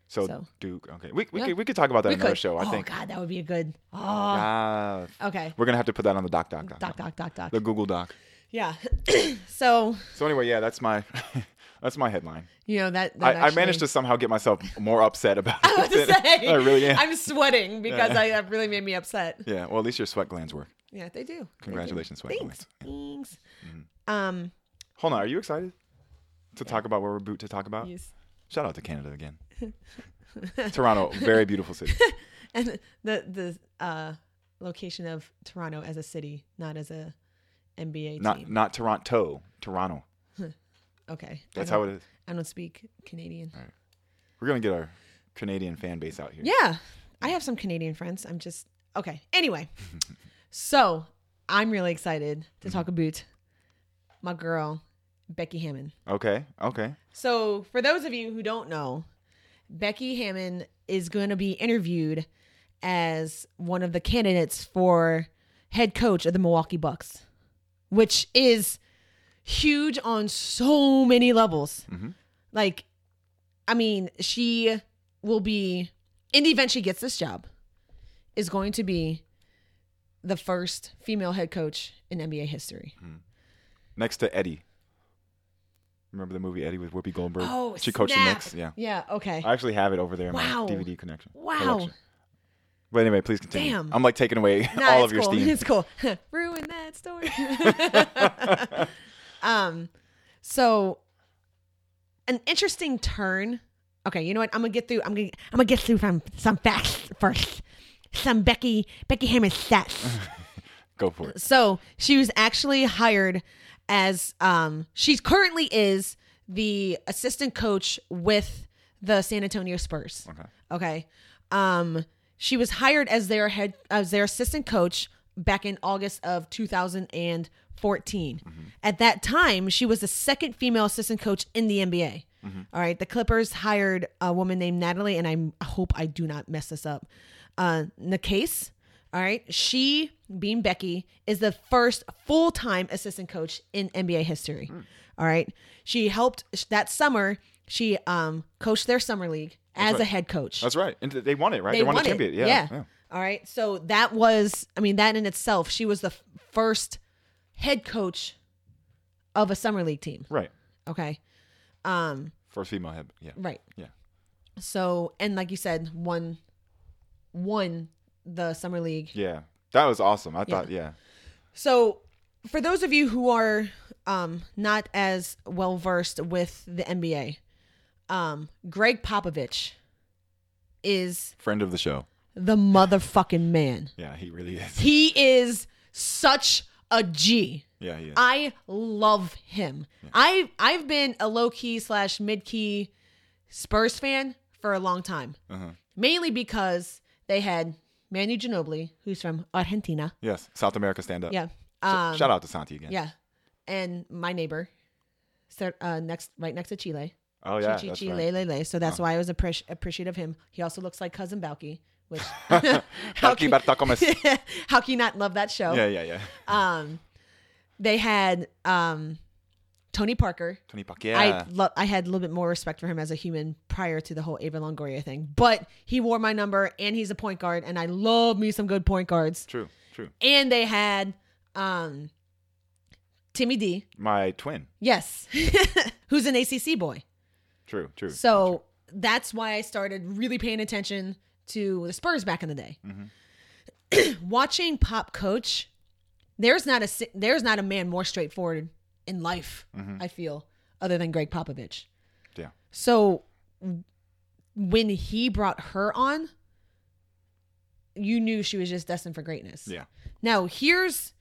So, So. Duke. Okay, we we Yeah. could we could talk about that We in another could. show. I oh think. god, that would be a good oh Yeah. okay. We're gonna have to put that on the doc doc doc. Doc, doc, doc, doc. The Google Doc. yeah. [CLEARS THROAT] so, So anyway, yeah, that's my [LAUGHS] that's my headline. you know, that, I, that I managed to somehow get myself more upset about it. [LAUGHS] I was than to say, I Oh, really am. I'm sweating because I, that really made me upset. [LAUGHS] yeah. Well, at least your sweat glands work. Yeah, they do. They do. Congratulations, sweat Thanks. Thanks. Mm-hmm. Um, Hold on, are you excited to talk about what we're about to talk about? yes. Shout out to Canada [LAUGHS] again. Toronto, very beautiful city. and the the uh, location of Toronto as a city, not as a NBA Not team. not Toronto, Toronto. Okay, That's I how don't- it is. I don't speak Canadian. We're gonna get our Canadian fan base out here. Yeah. I have some Canadian friends. I'm just okay. [LAUGHS] Anyway, so I'm really excited to talk Mm-hmm. about my girl, Becky Hammond. Okay. Okay. So, for those of you who don't know, Becky Hammond is going to be interviewed as one of the candidates for head coach of the Milwaukee Bucks, which is huge on so many levels. Mhm. Like, I mean, she will be, in the event she gets this job, is going to be the first Mm-hmm. female head coach in NBA history. Next to Eddie. Remember the movie Eddie with Whoopi Goldberg? Oh, she coached the snap. Knicks. Yeah, Yeah. Okay. I actually have it over there in Wow. my DVD connection. Wow. collection. But anyway, please continue. Damn. I'm like taking away [LAUGHS] Nah, all of it's your cool. steam. [LAUGHS] It's cool. [LAUGHS] Ruin that story. [LAUGHS] um, so an interesting turn. Okay, you know what? I'm gonna get through. I'm gonna I'm gonna get through some some facts first. Some Becky Becky Hammond stats. Go for it. So she was actually hired as um she currently is the assistant coach with the San Antonio Spurs. Okay. Okay. Um she was hired as their head as their assistant coach back in August of 2014. At that time, she was the second female assistant coach in the NBA. All right, the Clippers hired a woman named Natalie and I'm- I hope I do not mess this up. Uh Nacase, all right? She, being Becky, is the first full-time assistant coach in NBA history. Mm. All right? She helped that summer she um coached their summer league as a head coach. That's right. And they won it, right? They, won, a it. champion. Yeah. yeah. All right. So that was, I mean, that in itself, she was the f- first head coach of a summer league team. Right. Okay. Um, First female head. Yeah. right. Yeah. So, and like you said, one won the summer league. Yeah. That was awesome. I thought, yeah. So, for those of you who are um, not as well versed with the NBA, um, Greg Popovich is Friend of the show. the motherfucking man. Yeah, he really is. [LAUGHS] He is such a G. Yeah, he is. I love him. I I've been a low key slash mid key Spurs fan for a long time, Uh-huh. mainly because they had Manu Ginobili, who's from Argentina. Yes. South America stand up. Yeah, Sh- um, Shout out to Santi again. yeah, and my neighbor, start, uh, next right next to Chile. Oh, yeah. Chi- chi- that's chi- right. [LAUGHS] lay, lay, lay. So that's why I was appreci- appreciative of him. He also looks like cousin Balky, [LAUGHS] which how, [LAUGHS] Taki can, Berta [LAUGHS] Gomez. how can you not love that show? Yeah, yeah, yeah. um they had um Tony Parker. Tony I Pacquiao. lo- I had a little bit more respect for him as a human prior to the whole Ava Longoria thing. But he wore my number and he's a point guard and I love me some good point guards. True, true. And they had um Timmy D. My twin. Yes. [LAUGHS] Who's an ACC boy. True, true. So that's why I started really paying attention to the Spurs back in the day. [CLEARS THROAT] Watching Pop coach, there's not a si- there's not a man more straightforward in life. I feel other than Greg Popovich. yeah. So w- when he brought her on, you knew she was just destined for greatness. Yeah. Now, here's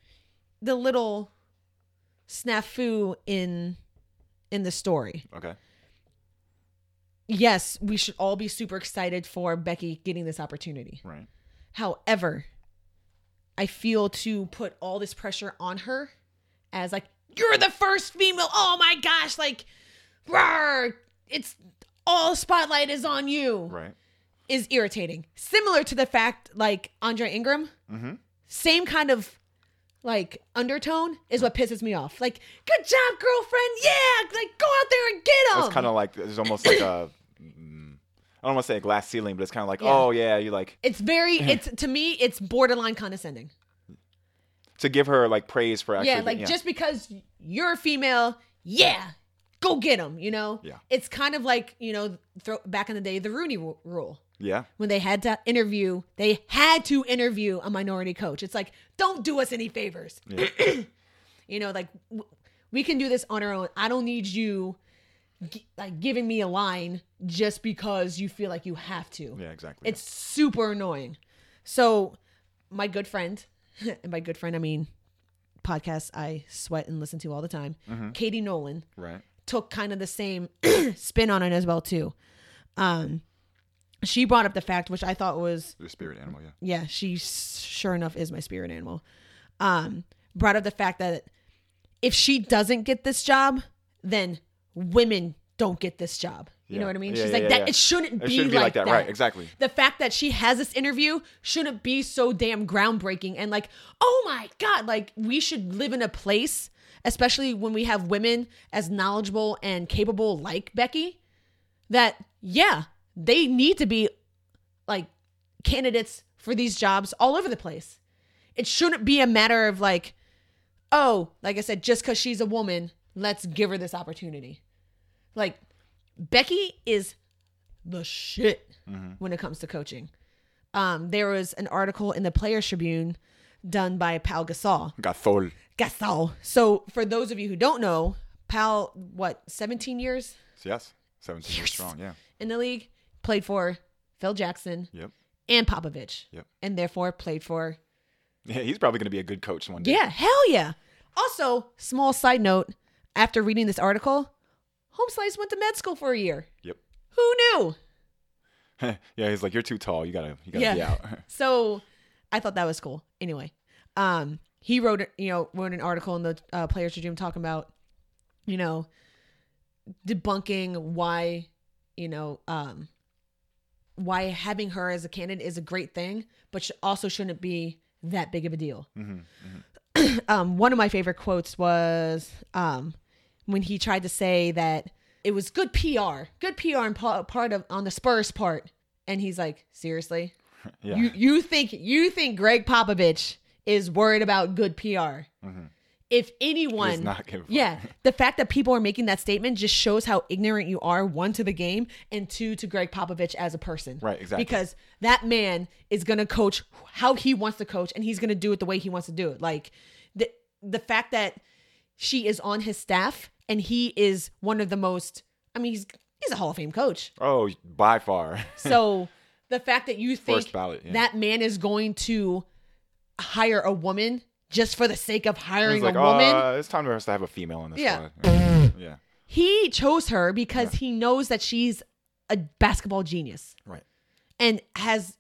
the little snafu in in the story Okay. yes, we should all be super excited for Becky getting this opportunity. Right. However, I feel to put all this pressure on her as like you're the first female. Oh my gosh, like rawr, it's all spotlight is on you Right. is irritating. Similar to the fact like Andre Ingram, Mhm. same kind of like undertone is what pisses me off. Like, good job, girlfriend. Yeah, like go out there and get him. It's kind of like, there's almost like a, mm, I don't want to say a glass ceiling, but it's kind of like, Yeah. oh, yeah, you like, It's very it's to me it's borderline condescending. to give her like praise for actually. yeah, like just because you're a female, yeah, go get them. You know, Yeah. It's kind of like you know, throw, back in the day, the Rooney Ru- Rule Yeah. when they had to interview, they had to interview a minority coach. It's like don't do us any favors. Yeah. [CLEARS THROAT] you know, like w- we can do this on our own. I don't need you g- like giving me a line just because you feel like you have to. Yeah, exactly. It's super annoying. So, my good friend, [LAUGHS] and by good friend, I mean podcasts I sweat and listen to all the time, Mm-hmm. Katie Nolan, right. took kind of the same [CLEARS THROAT] spin on it as well, too. Um, she brought up the fact, which I thought was, Your spirit animal, yeah. yeah, she s- sure enough is my spirit animal. Um, brought up the fact that if she doesn't get this job, then women don't get this job. You know Yeah. what I mean? Yeah, She's yeah, like, yeah, that yeah. it shouldn't It be, shouldn't be like that. Right, exactly. the fact that she has this interview shouldn't be so damn groundbreaking and like oh my god like we should live in a place especially when we have women as knowledgeable and capable like becky that yeah they need to be like candidates for these jobs all over the place it shouldn't be a matter of like oh like i said just because she's a woman let's give her this opportunity Like Becky is the shit when it comes to coaching. Um, there was an article in the Players Tribune done by Pal Gasol. Gasol. Gasol. So for those of you who don't know, Pal, what, 17 years Yes. 17 years strong. Yeah. in the league, played for Phil Jackson Yep. and Popovich, Yep. and therefore played for Yeah, he's probably going to be a good coach one day. Yeah, hell yeah. Also, small side note, after reading this article, Home Slice went to med school for a year. Yep. [LAUGHS] Who knew? yeah, he's like, you're too tall. You gotta, you gotta Yeah. be out. [LAUGHS] So I thought that was cool. Anyway, um, he wrote, you know, wrote an article in the uh, Players Tribune talking about, you know, debunking why, you know, um, why having her as a candidate is a great thing, but sh- also shouldn't be that big of a deal. Mm-hmm, [CLEARS THROAT] um, one of my favorite quotes was um, when he tried to say that it was good PR, good PR on pa- part of on the Spurs part, and he's like, seriously, [LAUGHS] yeah. you you think you think Greg Popovich is worried about good PR? If anyone, Mm-hmm. He does not give a fuck. yeah, the fact that people are making that statement just shows how ignorant you are. One to the game, and two to Greg Popovich as a person. Right, exactly. Because that man is going to coach how he wants to coach, and he's going to do it the way he wants to do it. Like the the fact that she is on his staff, and he is one of the most. I mean, he's he's a Hall of [LAUGHS] Fame coach. oh, by far. So the fact that you think First ballot, yeah. that man is going to hire a woman just for the sake of [LAUGHS] hiring He's like, a woman, uh, it's time for us to have a female in this Yeah. squad. yeah. he chose her because he knows that she's a basketball genius Right. and has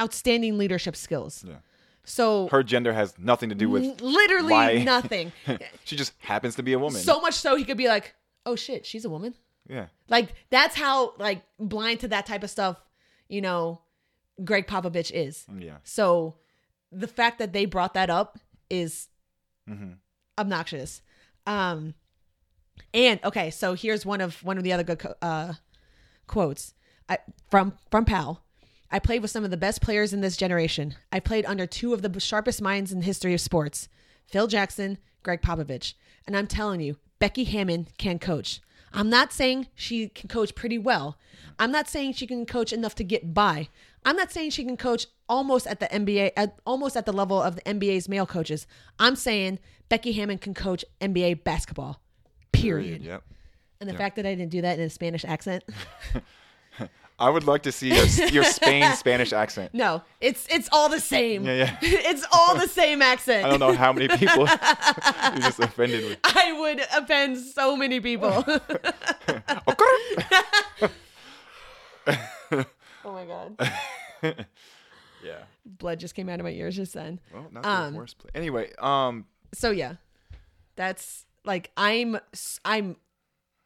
outstanding leadership skills. Yeah. So Her gender has nothing to do with. literally why- [LAUGHS] nothing. she just happens to be a woman. so much so he could be like, "Oh shit, she's a woman." yeah. Like that's how like blind to that type of stuff, you know, Greg Popovich is. Yeah. So the fact that they brought that up is Mm-hmm. obnoxious. Um, and okay, so here's one of one of the other good co- uh, quotes I, from from Powell. I played with some of the best players in this generation. I played under two of the sharpest minds in the history of sports, Phil Jackson, Greg Popovich. And I'm telling you, Becky Hammond can coach. I'm not saying she can coach pretty well. I'm not saying she can coach enough to get by. I'm not saying she can coach almost at the NBA at, almost at the level of the NBA's male coaches. I'm saying Becky Hammond can coach NBA basketball. Period. Yep. And the fact that I didn't do that in a Spanish accent. [LAUGHS] I would like to see your, your [LAUGHS] Spain Spanish accent. No, it's it's all the same. Yeah, yeah. [LAUGHS] it's all the same accent. I don't know how many people [LAUGHS] you just offended with. [LAUGHS] I would offend so [LAUGHS] many people. [LAUGHS] oh my god. Yeah. Blood just came out of my ears just then. Well, not the worst. Play. Anyway, um, So yeah. That's like I'm s- I'm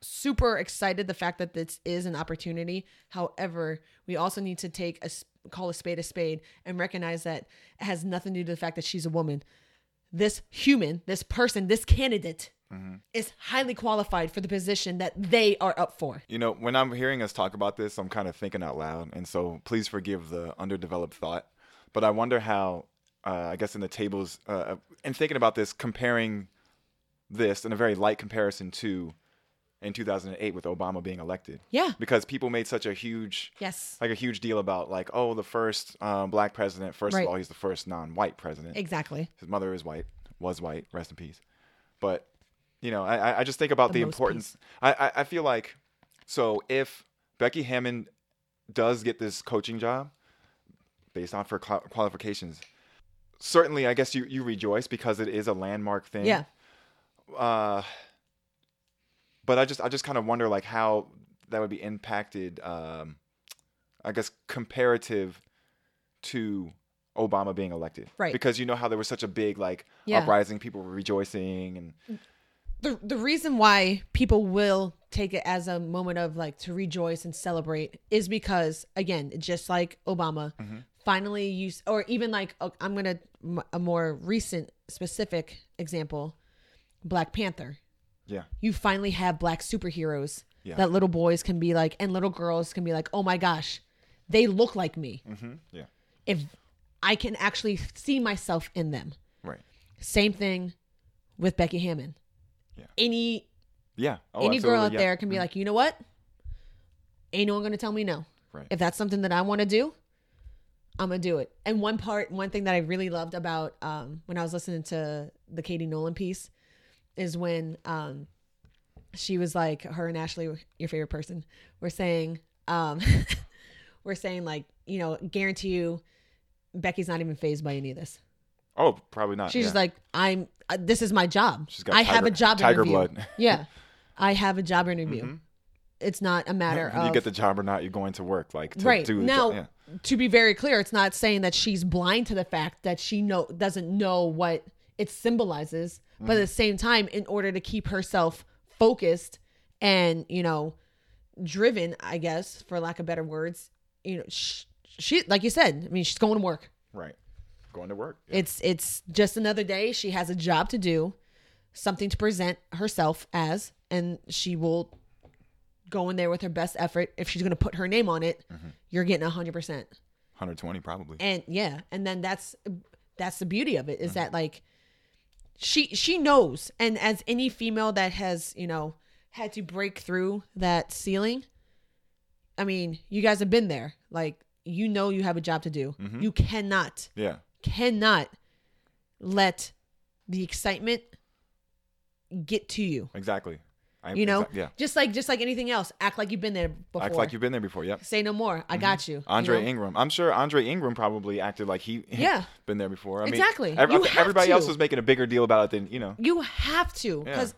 super excited the fact that this is an opportunity. However, we also need to take a s- call a spade a spade and recognize that it has nothing to do with the fact that she's a woman. This human, this person, this candidate Mm-hmm. is highly qualified for the position that they are up for. you know, when I'm hearing us talk about this, I'm kind of thinking out loud, and so please forgive the underdeveloped thought. But I wonder how, uh, I guess, in the tables, uh, and thinking about this, comparing this in a very light comparison to in 2008 with Obama being elected. Yeah. Because people made such a huge Yes. like a huge deal about like oh the first um, black president first Right. of all he's the first non-white president Exactly. his mother is white was white rest in peace but you know i I- i just think about the, most importance I, I i feel like so if becky hammond does get this coaching job based on her qua- qualifications certainly i guess you you rejoice because it is a landmark thing Yeah. uh but i just i just kind of wonder like how that would be impacted um i guess comparative to obama being elected Right. because you know how there was such a big like Yeah. uprising people were rejoicing and the the reason why people will take it as a moment of like to rejoice and celebrate is because again just like obama finally you s- or even like oh, i'm gonna m- a more recent specific example black panther yeah you finally have black superheroes Yeah. that little boys can be like and little girls can be like oh my gosh they look like me hmm yeah if i can actually see myself in them right same thing with becky hammond Yeah. any Yeah. Oh, Any girl absolutely, out yeah. there can be like, you know what? Ain't no one gonna tell me no. Right. If that's something that I want to do, I'm gonna do it. And one part, one thing that I really loved about um, when I was listening to the Katie Nolan piece is when um, she was like, her and Ashley, your favorite person, were saying, um, [LAUGHS] we're saying like, you know, guarantee you, Becky's not even phased by any of this. Oh, probably not. She's yeah. just like, I'm. Uh, this is my job. She's got I have a tiger- job tiger interview. blood. [LAUGHS] [LAUGHS] yeah, I have a job interview. It's not a matter Whether of you get the job or not, you're going to work. Like to "Oh." right do the now. job. Yeah. To be very clear, it's not saying that she's blind to the fact that she know doesn't know what it symbolizes, but Mm-hmm. at the same time, in order to keep herself focused and you know driven, I guess for lack of better words, you know, she, she like you said, I mean, she's going to work. Right. Going to work. Yeah. It's it's just another day. She has a job to do, something to present herself as, and she will go in there with her best effort. If she's going to put her name on it, you're getting hundred percent. 120 probably. And yeah, and then that's that's the beauty of it is that like she she knows, and as any female that has you know had to break through that ceiling, I mean, you guys have been there. Like you know, you have a job to do. You cannot yeah. cannot let the excitement get to you. Exactly. I, You know, exact- yeah. just like just like anything else, act like you've been there before. Act like you've been there before. Yep. Say no more. I got you. you Andre know? Ingram. I'm sure Andre Ingram probably acted like he [LAUGHS] Yeah. been there before. I mean, Exactly. ev- You have everybody to. else was making a bigger deal about it than you know. You have to, Yeah. because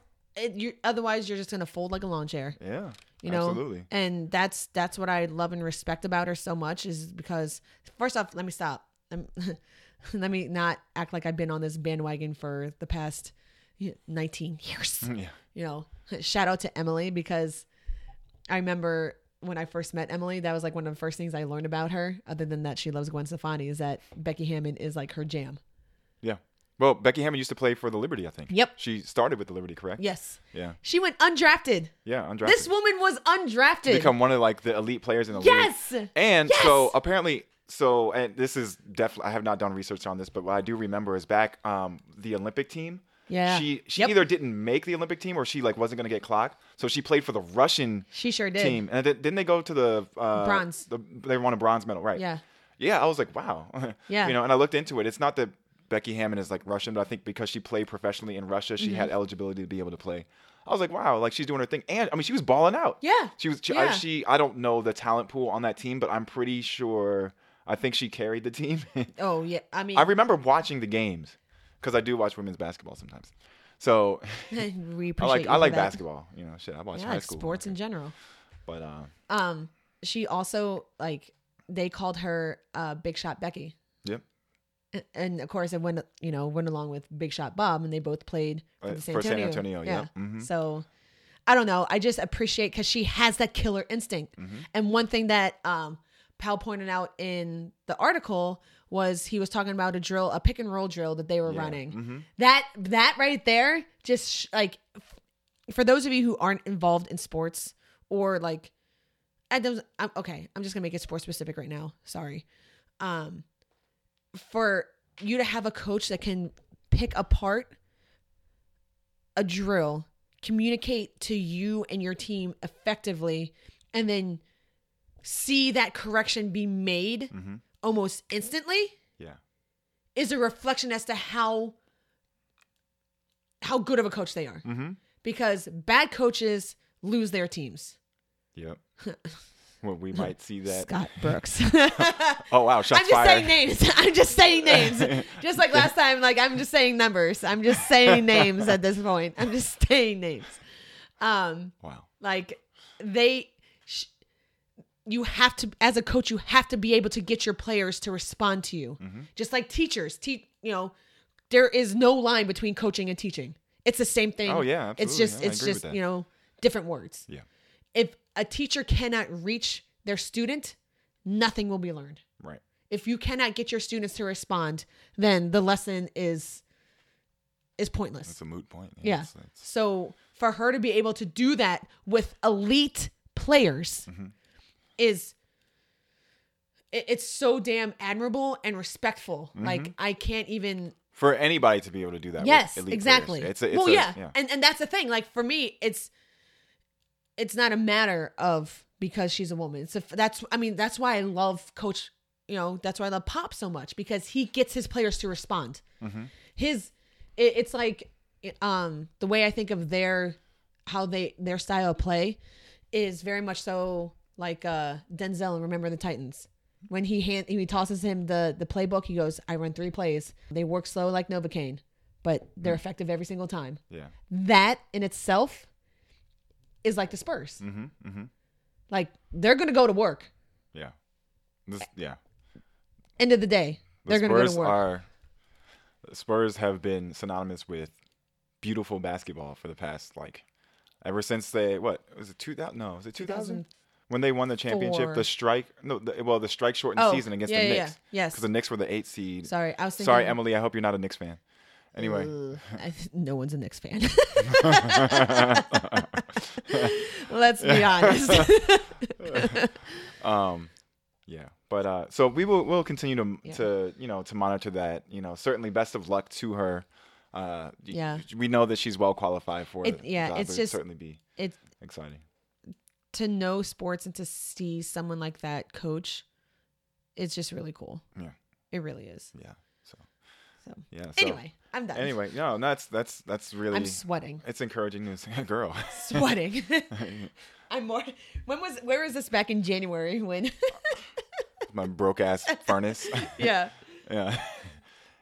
you otherwise you're just gonna fold like a lawn chair. Yeah. You know, Absolutely. [CLEARS THROAT] and that's that's what I love and respect about her so much is because first off, let me stop. Lem- [LAUGHS] Let me not act like I've been on this bandwagon for the past you know, 19 years. Yeah. you know, [LAUGHS] shout out to Emily because I remember when I first met Emily, that was like one of the first things I learned about her, other than that she loves Gwen Stefani, is that Becky Hammond is like her jam. Yeah. Well, Becky Hammond used to play for the Liberty, I think. Yep. She started with the Liberty, correct? Yes. Yeah. She went undrafted. Yeah. Undrafted. This woman was undrafted. become one of like the elite players in the Yes! league. And Yes! so apparently, so and this is definitely I have not done research on this, but what I do remember is back um the Olympic team. Yeah. She she Yep. either didn't make the Olympic team or she like wasn't gonna get clocked. So she played for the Russian she sure did. team, and then- didn't they go to the uh, Bronze. The, they won a bronze medal, right? Yeah. Yeah, I was like, wow. [LAUGHS] Yeah. You know, and I looked into it. It's not that Becky Hammond is like Russian, but I think because she played professionally in Russia, she Mm-hmm. had eligibility to be able to play. I was like, wow, like she's doing her thing, and I mean, she was balling out. Yeah. She was. She, Yeah. I, she. I don't know the talent pool on that team, but I'm pretty sure. I think she carried the team. [LAUGHS] Oh yeah. I mean, I remember watching the games because I do watch women's basketball sometimes. So [LAUGHS] [LAUGHS] we appreciate. I like you I for like that. basketball. You know, shit, I watch Yeah, high like school, sports in general. but uh, Um, she also like they called her uh Big Shot Becky. yep. and of course it went you know went along with Big Shot Bob, and they both played for, Uh, the San, for San Antonio. Antonio, yeah. Mhm. So I don't know. I just appreciate because she has that killer instinct. Mm-hmm. And one thing that um, Pal pointed out in the article was he was talking about a drill, a pick and roll drill that they were Mm-hmm. running. That that right there, just sh- like f- for those of you who aren't involved in sports or like. I don't, I'm, okay, I'm just gonna make it sports specific right now. Sorry um, for you to have a coach that can pick apart a drill, communicate to you and your team effectively, and then see that correction be made Mhm. almost instantly Yeah. is a reflection as to how how good of a coach they are. Mm-hmm. Because bad coaches lose their teams. [LAUGHS] Yep. well, we might see that. Scott Brooks. Oh wow, shots [LAUGHS] I'm just fired. saying names. [LAUGHS] I'm just saying names. just like last time, like I'm just saying numbers. I'm just saying names at this point. I'm just saying names. Um, Wow. like they, sh- you have to as a coach, you have to be able to get your players to respond to you. Mm-hmm. Just like teachers, teach. You know, there is no line between coaching and teaching. It's the same thing. Oh, yeah, It's absolutely. just I it's agree with just that. you know different words. Yeah. If a teacher cannot reach their student, nothing will be learned Right. if you cannot get your students to respond then the lesson is is pointless It's a moot point. yeah It's, it's- so for her to be able to do that with elite players Mm-hmm. is it, it's so damn admirable and respectful like i can't even for anybody to be able to do that. Mm-hmm. with yes elite players. exactly It's a, it's well a, yeah. and and that's the thing like for me it's it's not a matter of because she's a woman. So that's I mean that's why I love coach, you know, that's why I love Pop so much because he gets his players to respond. His it, it's like um the way I think of their how they their style of play is very much so like uh Denzel and Remember the Titans. When he hand he tosses him the the playbook, he goes, "I run three plays. They work slow like Novocaine, but Mm-hmm. they're effective every single time." Yeah. that in itself is like the Spurs. Mm-hmm, Like they're gonna go to work. Yeah. This, yeah. End of the day, The they're gonna go Spurs to work. are the Spurs have been synonymous with beautiful basketball for the past like ever since they what was it 2000 no was it 2000 when they won the championship Four. the strike no the, well the strike shortened Oh, season against yeah, the yeah, yeah. Knicks Yes. cuz the Knicks were the 8 seed Sorry, I was thinking. sorry Emily I hope you're not a Knicks fan anyway [LAUGHS] Ugh, I- no one's a Knicks fan. [LAUGHS] Let's be honest. [LAUGHS] um yeah but uh so we will we'll continue to Yeah. to you know to monitor that you know certainly best of luck to her uh y- Yeah. we know that she's well qualified for It- the yeah, job. it's It'd just- certainly be It's exciting to know sports and to see someone like that coach. It's just really cool. Yeah. It really is. yeah so So, yeah so anyway, I'm done. anyway no that's that's that's really I'm sweating. it's encouraging news [LAUGHS] girl [LAUGHS] sweating. I'm more. When was? Where was this back in January? When? [LAUGHS] my broke ass furnace [LAUGHS] yeah. yeah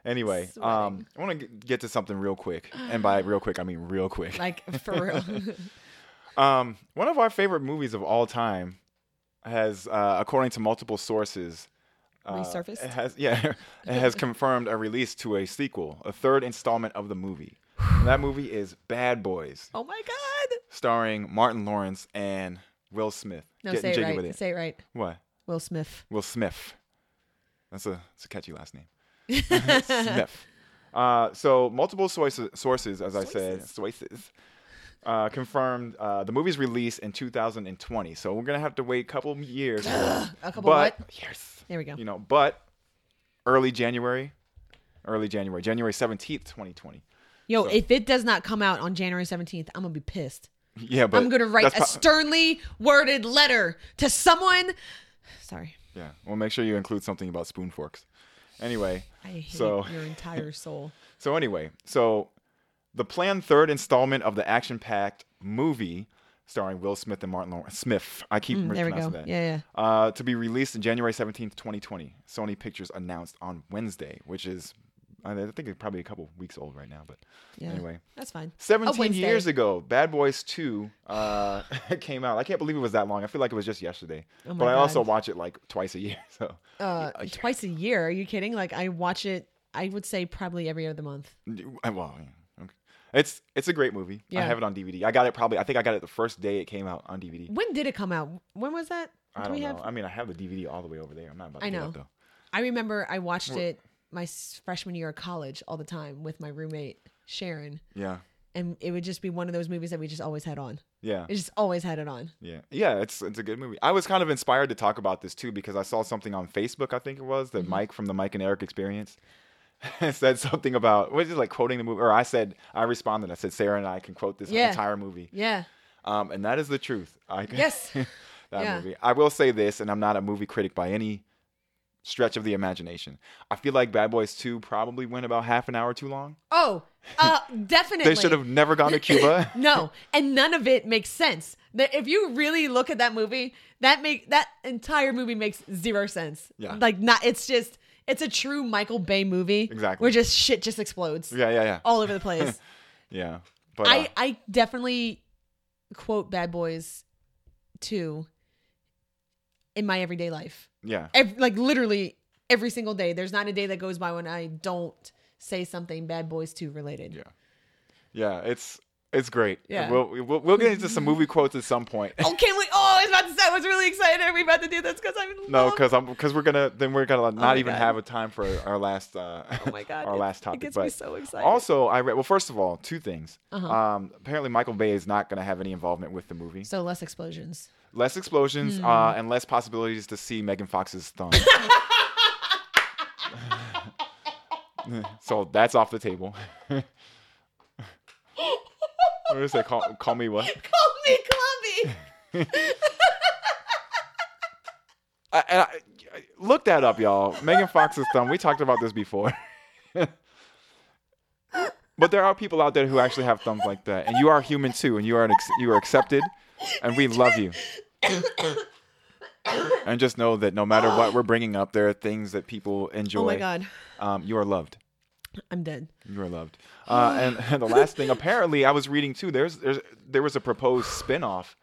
anyway um i want to get to something real quick and by real quick i mean real quick [LAUGHS] Like for real. [LAUGHS] Um, one of our favorite movies of all time has, uh, according to multiple sources, uh, Resurfaced? It has yeah, [LAUGHS] it has confirmed a release to a sequel, a third installment of the movie. And that movie is Bad Boys, oh my god. starring Martin Lawrence and Will Smith. No, Getting say it jiggy right. with it. Say it right. What? Will Smith. Will Smith. That's a, that's a catchy last [LAUGHS] name. Smith. Uh, so multiple sources, sources as I said, sources, uh, confirmed uh, the movie's release in 2020. So we're gonna have to wait a couple years. a [GASPS] A couple but what? yes, There we go. you know, but early January, early January, January 17th, 2020. Yo, if it does not come out on January 17th, I'm gonna be pissed. [LAUGHS] Yeah, but I'm gonna write that's a pro- sternly worded letter to someone. Sorry, yeah, well, make sure you include something about spoon forks. Anyway, I hate So- your entire soul. So anyway, so the planned third installment of the action-packed movie starring Will Smith and Martin Lawrence Smith. I keep Mm, there we go. mispronouncing that. Yeah, yeah. Uh, to be released on January 17th, 2020. Sony Pictures announced on Wednesday, which is I think it's probably a couple weeks old right now, but Yeah. anyway. [LAUGHS] That's fine. A 17 Wednesday. years ago, Bad Boys 2 uh, [LAUGHS] came out. I can't believe it was that long. I feel like it was just yesterday. Oh my but I also God. watch it like twice a year. [LAUGHS] So Uh, twice a year. Are you kidding? Like I watch it. I would say probably every other month. Well, yeah, okay. it's it's a great movie. I Yeah. have it on DVD. I got it probably. I think I got it the first day it came out on DVD. When did it come out? When was that? I Mm, Do don't we know. have? I mean, I have the DVD all the way over there. I'm not about to I get know. up though. I remember I watched it my s- freshman year of college all the time with my roommate Sharon, Yeah, and it would just be one of those movies that we just always had on. yeah, It just always had it on. yeah, yeah. It's it's a good movie. I was kind of inspired to talk about this too because I saw something on Facebook. I think it was Mm-hmm. that Mike from the Mike and Eric Experience [LAUGHS] said something about what is it, like quoting the movie. Or I said I responded. I said Sarah and I can quote this Yeah. entire movie. Yeah. Um, and that is the truth. I Yes. [LAUGHS] that Yeah. movie. I will say this, and I'm not a movie critic by any stretch of the imagination. I feel like Bad Boys 2 probably went about half an hour too long. Oh, uh, [LAUGHS] definitely. They should have never [LAUGHS] gone to Cuba. [LAUGHS] No, and none of it makes sense. That if you really look at that movie, that make that entire movie makes zero sense. Yeah. Like not. It's just. It's a true Michael Bay movie. Exactly. Where just shit just explodes yeah, yeah, yeah. all over the place. Yeah. [LAUGHS] But uh, I, I definitely quote Bad Boys 2 in my everyday life. yeah. Ev- like literally every single day. There's not a day that goes by when I don't say something Bad Boys 2 related. Yeah. Yeah, it's it's great. Yeah. We'll, we'll we'll get into some movie quotes at some point. [LAUGHS] Oh, can we? Oh, I was about to say, I was really excited. Are we about to do this? Because I'm. No, because I'm because we're gonna then we're gonna not Oh my even God. have a time for our last uh Oh my God. [LAUGHS] our it- last topic. It gets but me so excited. Also, I read. Well, first of all, two things. Uh-huh. Um, apparently, Michael Bay is not going to have any involvement with the movie. so less explosions. Less explosions uh, and less possibilities to see Megan Fox's thumb. [LAUGHS] so that's off the table. [LAUGHS] what is that? Call, call me what? [LAUGHS] Call me Clubby. I, and I, I- look that up, y'all. Megan Fox's thumb. We talked about this before. [LAUGHS] but there are people out there who actually have thumbs like that, and you are human too, and you are an ex- you are accepted, and we love you. [COUGHS] and just know that no matter what we're bringing up, there are things that people enjoy. Oh my god, Um, you are loved. I'm dead. You are loved. Uh, and, [LAUGHS] and the last thing, apparently, I was reading too. There's, there's there was a proposed spinoff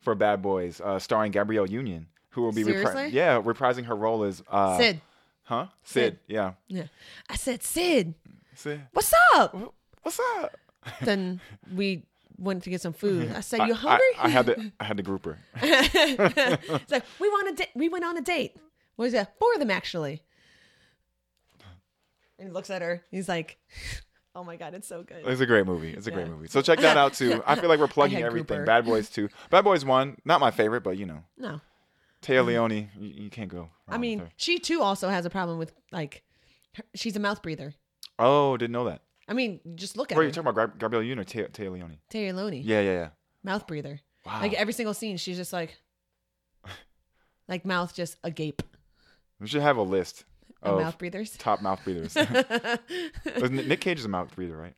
for Bad Boys, uh, starring Gabrielle Union, who will be Seriously? yeah reprising her role as uh, Sid. huh? Sid. Sid, yeah. Yeah. I said, Sid, Sid, what's [LAUGHS] up? what's up? then we went to get some food. I said, I- "You hungry?" I, I had the I had the grouper. [LAUGHS] it's like we want a da- we went on a date. What is that? Four of them actually. And he looks at her. He's like, [LAUGHS] "Oh my god, it's so good." It's a great movie. It's a great Yeah. movie. So check that out [LAUGHS] too. I feel like we're plugging had everything. grouper. Bad Boys two, Bad Boys one, not my favorite, but you know, no, Taya Leone, you, you can't go. wrong Mm-hmm. I with mean her. she too also has a problem with like, her, she's a mouth breather. oh, didn't know that. I mean, just look at Wait, you her. talking about Gab- Gabrielle Union or Taya, Taya Leone? Terry Loney, Yeah, Ah. yeah, yeah. mouth breather. Wow. Like every single scene, she's [LAUGHS] just like, like mouth just agape. We should have a list Of of [LAUGHS] mouth breathers. [LAUGHS] top mouth breathers. Wasn't- Nick Cage is a mouth breather, right?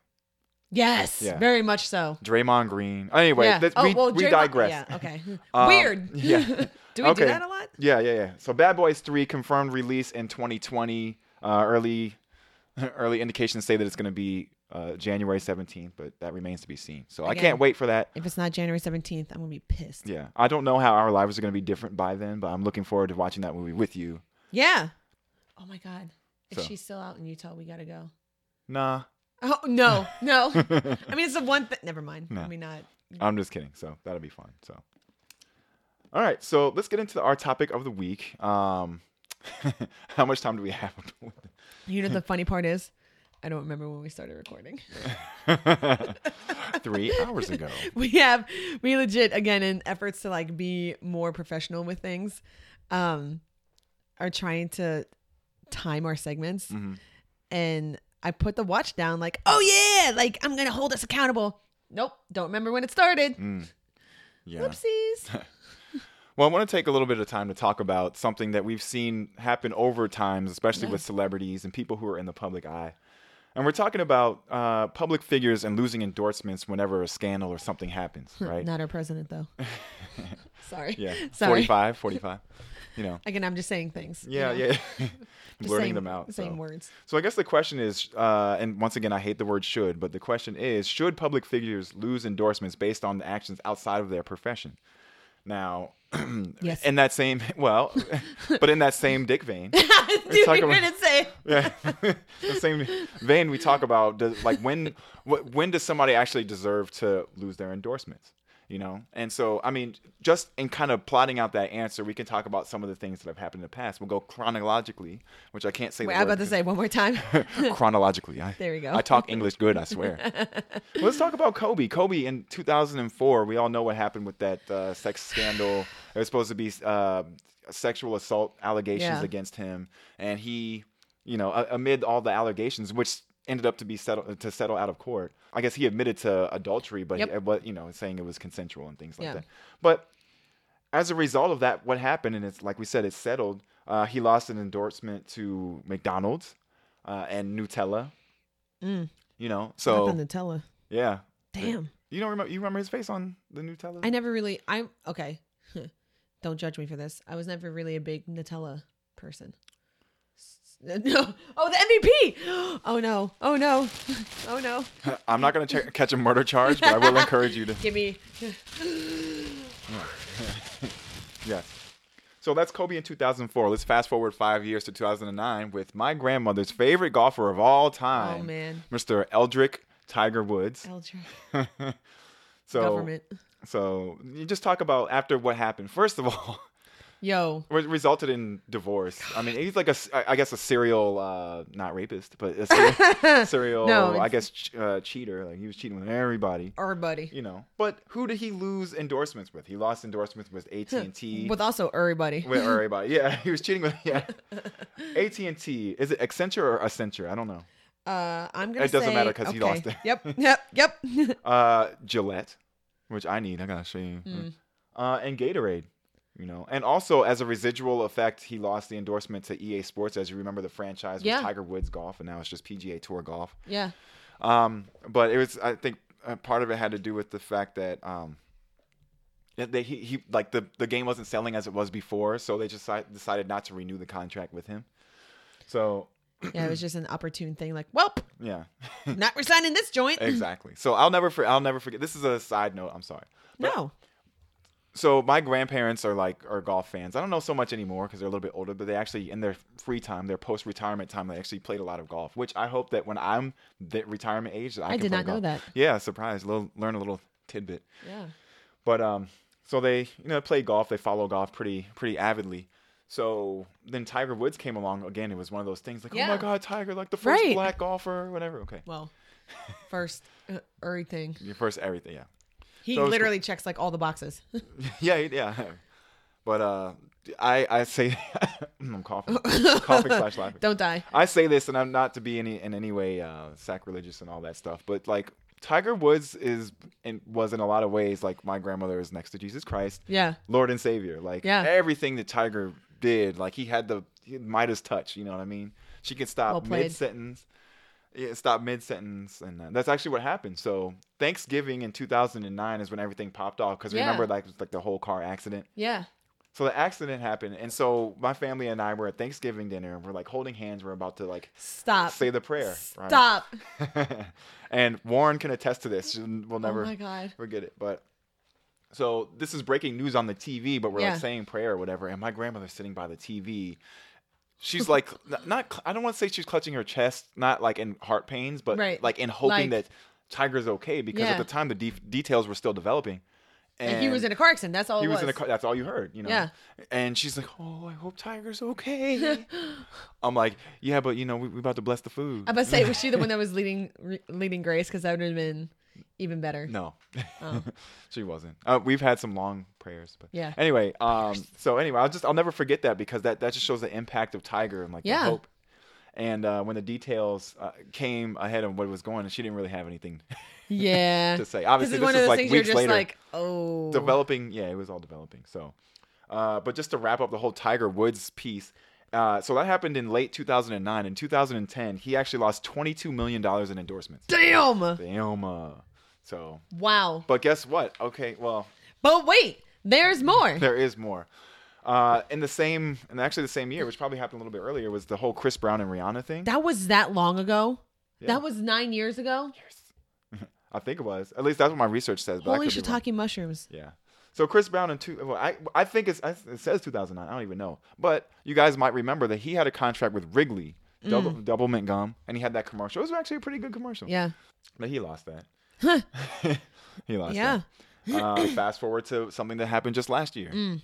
yes, Yeah. very much so. Oh, Draymond Green. Oh, Anyway, that's, we, we Jerry Mo- digress. [LAUGHS] Yeah, okay. [LAUGHS] Um, Weird. yeah. [LAUGHS] do we Okay. do that a lot? Yeah, yeah, yeah. So Bad Boys 3 confirmed release in 2020. Uh, early [LAUGHS] early indications say that it's going to be uh, January 17th, but that remains to be seen. So I Again. can't wait for that. If it's not January 17th, I'm going to be pissed. Yeah. I don't know how our lives are going to be different by then, but I'm looking forward to watching that movie with you. Yeah. Oh my God. If So. she's still out in Utah, we got to go. Nah. Oh, [LAUGHS] no, no. I mean, it's the one thing. Never mind. I mean, not. I'm just kidding. So that'll be fun. So, all right. So let's get into our topic of the week. Um, [LAUGHS] how much time do we have? You know, the funny part is, I don't remember when we started recording. [LAUGHS] Three hours ago. [LAUGHS] we have we legit again in efforts to like be more professional with things um are trying to time our segments Mm-hmm. and i put the watch down like oh yeah like i'm gonna hold us accountable nope don't remember when it started Mm. Yeah. whoopsies Well, I want to take a little bit of time to talk about something that we've seen happen over times, especially with celebrities and people who are in the public eye. And we're talking about uh, public figures and losing endorsements whenever a scandal or something happens, [LAUGHS] right? not our [LAUGHS] president though sorry yeah. sorry 45, 45. You [LAUGHS] know. again i'm just saying things you Yeah, know? yeah. [LAUGHS] Just Blurting saying them out. the same so. words So I guess the question is, uh, and once again, I hate the word "should," but the question is, should public figures lose endorsements based on the actions outside of their profession? Now, Yes. in that same [LAUGHS] well, but in that same dick vein, dude you're talk about- gonna [LAUGHS] say yeah, the same vein we talk about, does, like when wh- when does somebody actually deserve to lose their endorsements? You know, and so I mean, just in kind of plotting out that answer, we can talk about some of the things that have happened in the past. We'll go chronologically, which I can't say. wait the i'm word about to because- say it one more time chronologically. I, There we go. I talk English good, I [LAUGHS] swear. Well, Let's talk about Kobe. Kobe in 2004, we all know what happened with that uh, sex scandal. It was supposed to be uh, sexual assault allegations Yeah. against him, and he, you know, a- amid all the allegations, which ended up to be settled to settle out of court. I guess he admitted to adultery, but he, Yep. but you know, saying it was consensual and things like Yeah. that. But as a result of that, what happened, and it's like we said, it's settled. Uh, he lost an endorsement to McDonald's uh, and Nutella. You know, Nothing [LAUGHS] so Mm. to tell her. yeah. damn You don't remember? You remember his face on the Nutella? I never really. I'm okay. [LAUGHS] Don't judge me for this. I was never really a big Nutella person. [LAUGHS] S- No. Oh, the MVP. [GASPS] Oh no. Oh no. [LAUGHS] Oh no. [LAUGHS] I'm not gonna check, catch a murder charge, but I [LAUGHS] will encourage you to. Give me. Yeah. So that's Kobe in 2004. Let's fast forward five years to 2009 with my grandmother's favorite golfer of all time, Oh, man. Mr. Eldrick Tiger Woods. Eldra. so, Government. So you just talk about after what happened. First of [LAUGHS] all, Yo. it resulted in divorce. I mean, he's like a, s- I I guess a serial, uh, not rapist, but a [LAUGHS] serial, serial No, I it's- guess, ch- uh, cheater. Like he was cheating with everybody. Our buddy. You know, but who did he lose endorsements with? He lost endorsements with AT and T. [LAUGHS] With also everybody. E With everybody, yeah, [LAUGHS] he was cheating with [LAUGHS] yeah. AT and T is it Accenture or Accenture? I don't know. Uh, I'm gonna. It doesn't say- matter 'cause he [LAUGHS] okay. lost it. Yep. [LAUGHS] Yep. Yep. Uh, Gillette, which I need. I gotta show you. uh, and Gatorade. You know, and also as a residual effect, he lost the endorsement to EA Sports. As you remember, the franchise was Yeah. Tiger Woods Golf, and now it's just PGA Tour Golf. Yeah. Um, but it was, I think, uh, part of it had to do with the fact that um, that they, he, he like the the game wasn't selling as it was before, so they just si- decided not to renew the contract with him. So Yeah. It was just an opportune thing. Like, welp, yeah, not resigning this joint. exactly. So I'll never for, I'll never forget. This is a side note. I'm sorry. No. so my grandparents are like are golf fans. I don't know so much anymore because they're a little bit older, but they actually in their free time, their post retirement time, they actually played a lot of golf. Which I hope that when I'm the retirement age, that I, I can did play not know golf. that. Yeah, surprise. Little, learn a little tidbit. Yeah. But um, so they you know play golf. They follow golf pretty pretty avidly. So then Tiger Woods came along again. It was one of those things like, oh my Yeah. god, Tiger, like the first Right. black golfer, whatever. Okay, Well, first, uh, everything. your first everything, yeah. He So it's- literally checks like all the boxes. [LAUGHS] yeah, yeah. [LAUGHS] But uh, I I say [LAUGHS] I'm coughing, coughing slash laughing. Don't die. I say this, and I'm not to be any in any way uh, sacrilegious and all that stuff, but like Tiger Woods is and was in a lot of ways like my grandmother is next to Jesus Christ, Yeah. Lord and Savior. Like Yeah. everything that Tiger did, like he had the he had Midas touch. You know what I mean? She could Well stop played. mid sentence. Yeah, stop mid sentence, and uh, that's actually what happened. So Thanksgiving in 2009 is when everything popped off because Yeah. remember like like the whole car accident. Yeah. So the accident happened, and so my family and I were at Thanksgiving dinner, and we're like holding hands. We're about to like Stop. say the prayer. right? Stop. [LAUGHS] and Warren can attest to this. We'll never Oh my God. forget it. But so this is breaking news on the TV, but we're Yeah. like saying prayer or whatever. And my grandmother's sitting by the TV. She's like, [LAUGHS] n- not, cl- I don't want to say she's clutching her chest, not like in heart pains, but Right. like in hoping Like- that Tiger's okay because Yeah. at the time the de- details were still developing. And he was in a car accident. That's all He it was, was. in a car. That's all you heard, you know. Yeah. And she's like, "Oh, I hope Tiger's [LAUGHS] okay." I'm like, "Yeah, but you know, we we about to bless the food." I'm about to say, was she [LAUGHS] the one that was leading re- leading Grace? Because that would have been [LAUGHS] even better. No, she wasn't. Uh, we've had some long prayers, but Oh. Yeah. Anyway, um, so anyway, I'll just I'll never forget that because that that just shows the impact of Tiger and like Yeah. the hope. And uh, when the details uh, came ahead of what was going, on, she didn't really have anything [LAUGHS] Yeah. to say. Obviously, this is like weeks later, like, oh. developing. Yeah, it was all developing. So, uh, but just to wrap up the whole Tiger Woods piece. Uh, so that happened in late 2009. In 2010, he actually lost 22 million dollars in endorsements. Damn. Damn. uh, So, Wow. but guess what? Okay, well, But wait, there's more. Mm. [LAUGHS] There is more. Uh, in the same, and actually the same year, which probably happened a little bit earlier, was the whole Chris Brown and Rihanna thing. That was that long ago. That was nine years ago. I think it was. At least that's what my research says. But I Holy could be wrong. shiitake mushrooms. Yeah. So Chris Brown in two, well, I I think it's, it says 2009. I don't even know. But you guys might remember that he had a contract with Wrigley, Mm. double, double mint gum, and he had that commercial. It was actually a pretty good commercial. Yeah. But he lost that. [LAUGHS] he lost Yeah. that. Uh, fast forward to something that happened just last year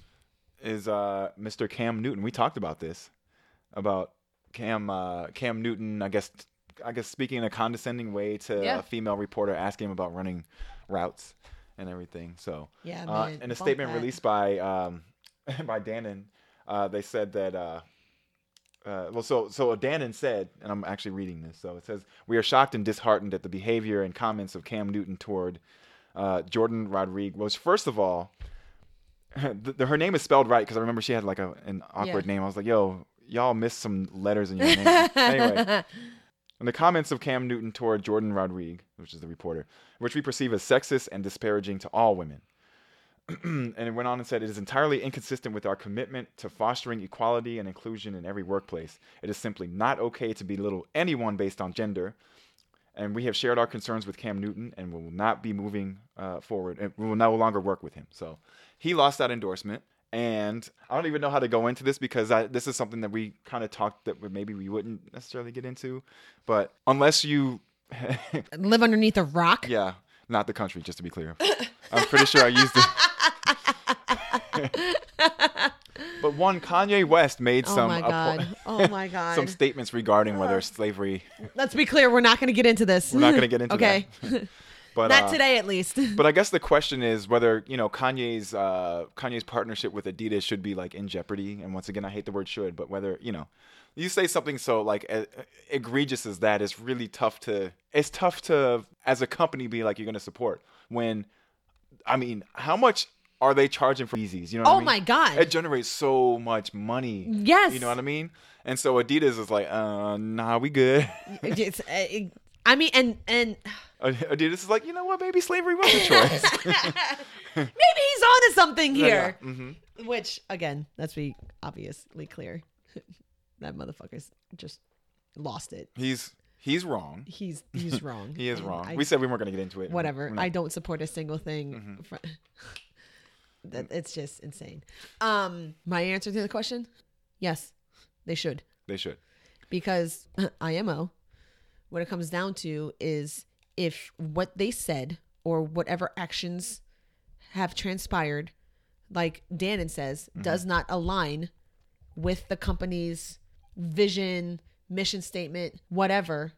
is uh, Mr. Cam Newton. We talked about this about Cam uh, Cam Newton. I guess I guess speaking in a condescending way to Yeah. a female reporter, asking him about running routes and everything. So Yeah, uh, man, in a bump statement that. released by um, [LAUGHS] by Dannon, uh, they said that. Uh, uh, well, so so Dannon said, and I'm actually reading this. So it says, "We are shocked and disheartened at the behavior and comments of Cam Newton toward uh, Jordan Rodriguez. First of all, [LAUGHS] the, the- her name is spelled right because I remember she had like a, an awkward Yeah. name. I was like, yo, y'all missed some letters in your name. anyway, [LAUGHS] in the comments of Cam Newton toward Jordan Rodriguez, which is the reporter, which we perceive as sexist and disparaging to all women. and it went on and said, It is entirely inconsistent with our commitment to fostering equality and inclusion in every workplace. It is simply not okay to belittle anyone based on gender. And we have shared our concerns with Cam Newton and we will not be moving uh, forward. And we will no longer work with him. So he lost that endorsement. And I don't even know how to go into this because I, this is something that we kind of talked that we- maybe we wouldn't necessarily get into. But unless you [LAUGHS] Live underneath a rock. yeah, not the country, just to be clear. I'm pretty sure I used it. [LAUGHS] but one, Kanye West made Oh some my appo- god. [LAUGHS] Oh my god. Uh, some statements regarding whether slavery. Let's be clear, we're not going to get into this. We're not gonna [LAUGHS] get into okay. [LAUGHS] But not uh, today, at least. [LAUGHS] But I guess the question is whether you know Kanye's uh, Kanye's partnership with Adidas should be like in jeopardy. And once again, I hate the word "should," but whether you know, you say something so like e- egregious as that is really tough to. It's tough to as a company be like you're going to support when, I mean, how much are they charging for Yeezys? You know what I Oh mean? my God. It generates so much money. Yes. You know what I mean? And so Adidas is like, uh, nah, we good. [LAUGHS] It's, uh, it- I mean, and and [LAUGHS] Adidas is like, you know what? Maybe slavery was a choice. [LAUGHS] maybe he's onto something Yeah, yeah. here. Mhm. Which again, let's be obviously clear. [LAUGHS] that motherfucker's just lost it. He's he's wrong. He's [LAUGHS] he's wrong. He is And wrong. I- we said we Mm-hmm. weren't gonna get into it. whatever. We're not- I don't support a single thing. fr- [LAUGHS] that it's just insane. Um, my answer to the question: Yes, they should they should. because [CLEARS THROAT] IMO. What it comes down to is if what they said or whatever actions have transpired, like Dannon says, does not align with the company's vision, mission statement, whatever,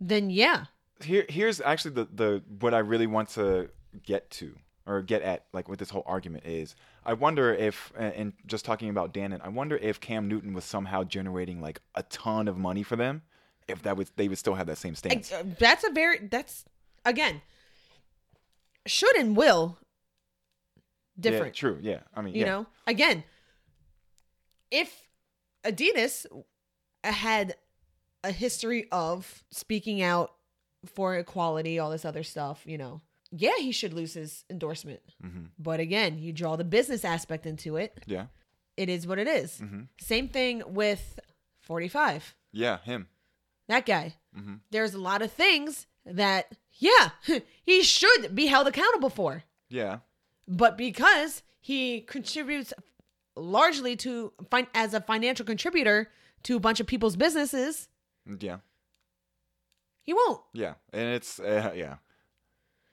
then yeah, Here here's actually the the what I really want to get to or get at like with this whole argument is I wonder if and- and just talking about Dannon, I wonder if Cam Newton was somehow generating like a ton of money for them, if that would they would still have that same I- stance. uh, that's a very that's again should and will Yeah, different true. Yeah. I mean, you yeah. know again if adidas had a history of speaking out for equality all this other stuff you know yeah he should lose his endorsement Mhm. but again you draw the business aspect into it Yeah. it is what it is. same thing with 45 Yeah. Him. that guy. There's a lot of things that, yeah, [LAUGHS] he should be held accountable for. Yeah. But because he contributes largely to fin- as a financial contributor to a bunch of people's businesses, Yeah. he won't. Yeah. And it's uh, yeah.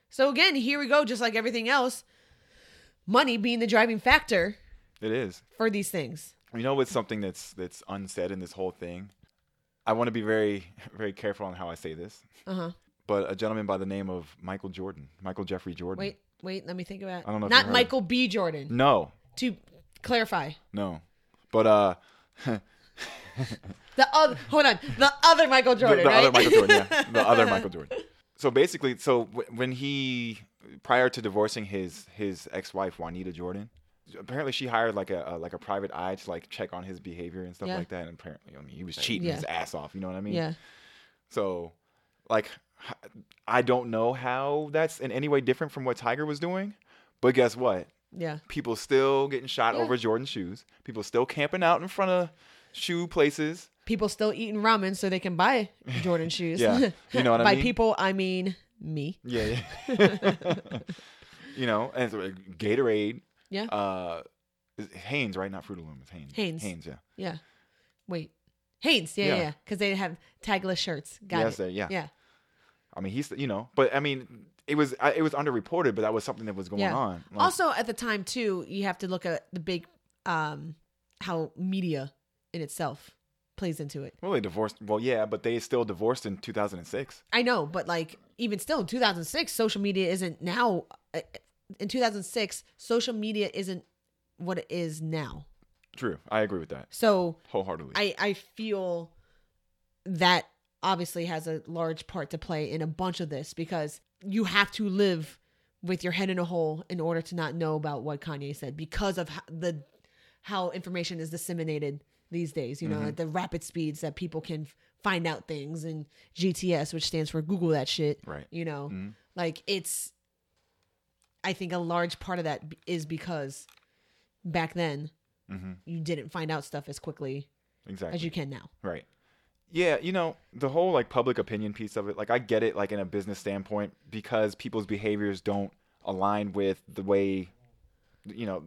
So again, here we go, just like everything else, money being the driving factor It is. for these things. You know, it's something that's that's unsaid in this whole thing. I want to be very [LAUGHS] very careful on how I say this, Uh huh. but a gentleman by the name of Michael Jordan, Michael Jeffrey Jordan. Wait, wait, let me think about. I don't know if you Not heard- Michael B. Jordan. No, To clarify, no, but uh, the other. Hold on, the other Michael the, Jordan. the right? other Michael Jordan, yeah, the other Michael Jordan. So basically, so w- when he prior to divorcing his his ex wife Juanita Jordan, apparently she hired like a, a like a private eye to like check on his behavior and stuff Yeah. like that. And apparently, I mean, he was cheating Yeah. his ass off. You know what I mean? [LAUGHS] yeah. So, like, h- I don't know how that's in any way different from what Tiger was doing, but guess what? Yeah. People still getting shot Yeah. over Jordan shoes. People still camping out in front of shoe places. People still eating ramen so they can buy Jordan shoes. Yeah. [LAUGHS] You know what I By mean? people, I mean me. Yeah, yeah. [LAUGHS] you know, and so, like, Gatorade, Yeah. uh, is- Hanes, right? Not Fruit of Loom. It's Hanes. Hanes. Hanes, yeah. yeah. Wait. Haynes. Yeah, yeah, Yeah. yeah. Because they have tagless shirts. Got Yes, it. they- yeah. Yeah. I mean, he's you know, but I mean, it was I, it was underreported, but that was something that was going yeah. on. Like, also, at the time, too, you have to look at the big, um, how media in itself plays into it. well, they divorced. Well, yeah, but they still divorced in 2006. I know, but like, even still in 2006, social media isn't now. uh, In 2006, social media isn't what it is now. True, I agree with that So wholeheartedly. I I feel that obviously has a large part to play in a bunch of this because you have to live with your head in a hole in order to not know about what Kanye said because of how, the how information is disseminated these days. You know, Mm-hmm. at the rapid speeds that people can find out things and GTS, which stands for Google that shit. Right. You know, Mhm. like it's. I think a large part of that b- is because back then mm-hmm. you didn't find out stuff as quickly Exactly. as you can now. Right. Yeah, you know, the whole like public opinion piece of it, like I get it like in a business standpoint because people's behaviors don't align with the way you know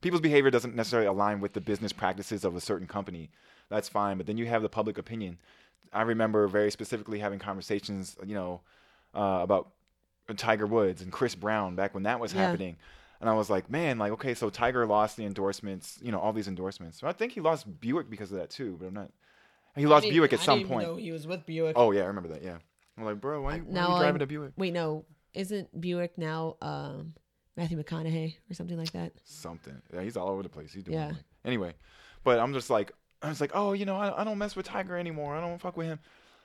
people's behavior doesn't necessarily align with the business practices of a certain company. That's fine, but then you have the public opinion. I remember very specifically having conversations, you know, uh, about Tiger Woods and Chris Brown back when that was Yeah. happening. And I was like, man, like, okay, so Tiger lost the endorsements, you know, all these endorsements. So I think he lost Buick because of that too, but I'm not. He lost Buick at some point. he was with Buick. Oh, yeah, I remember that, yeah. I'm like, bro, why, why now are you driving I'm- a Buick? Wait, no, isn't Buick now um, Matthew McConaughey or something like that? something. Yeah, he's all over the place. He's doing Yeah. like- [CLEARS THROAT] anyway. But I'm just like I was like, oh, you know, I, I don't mess with Tiger anymore. I don't fuck with him.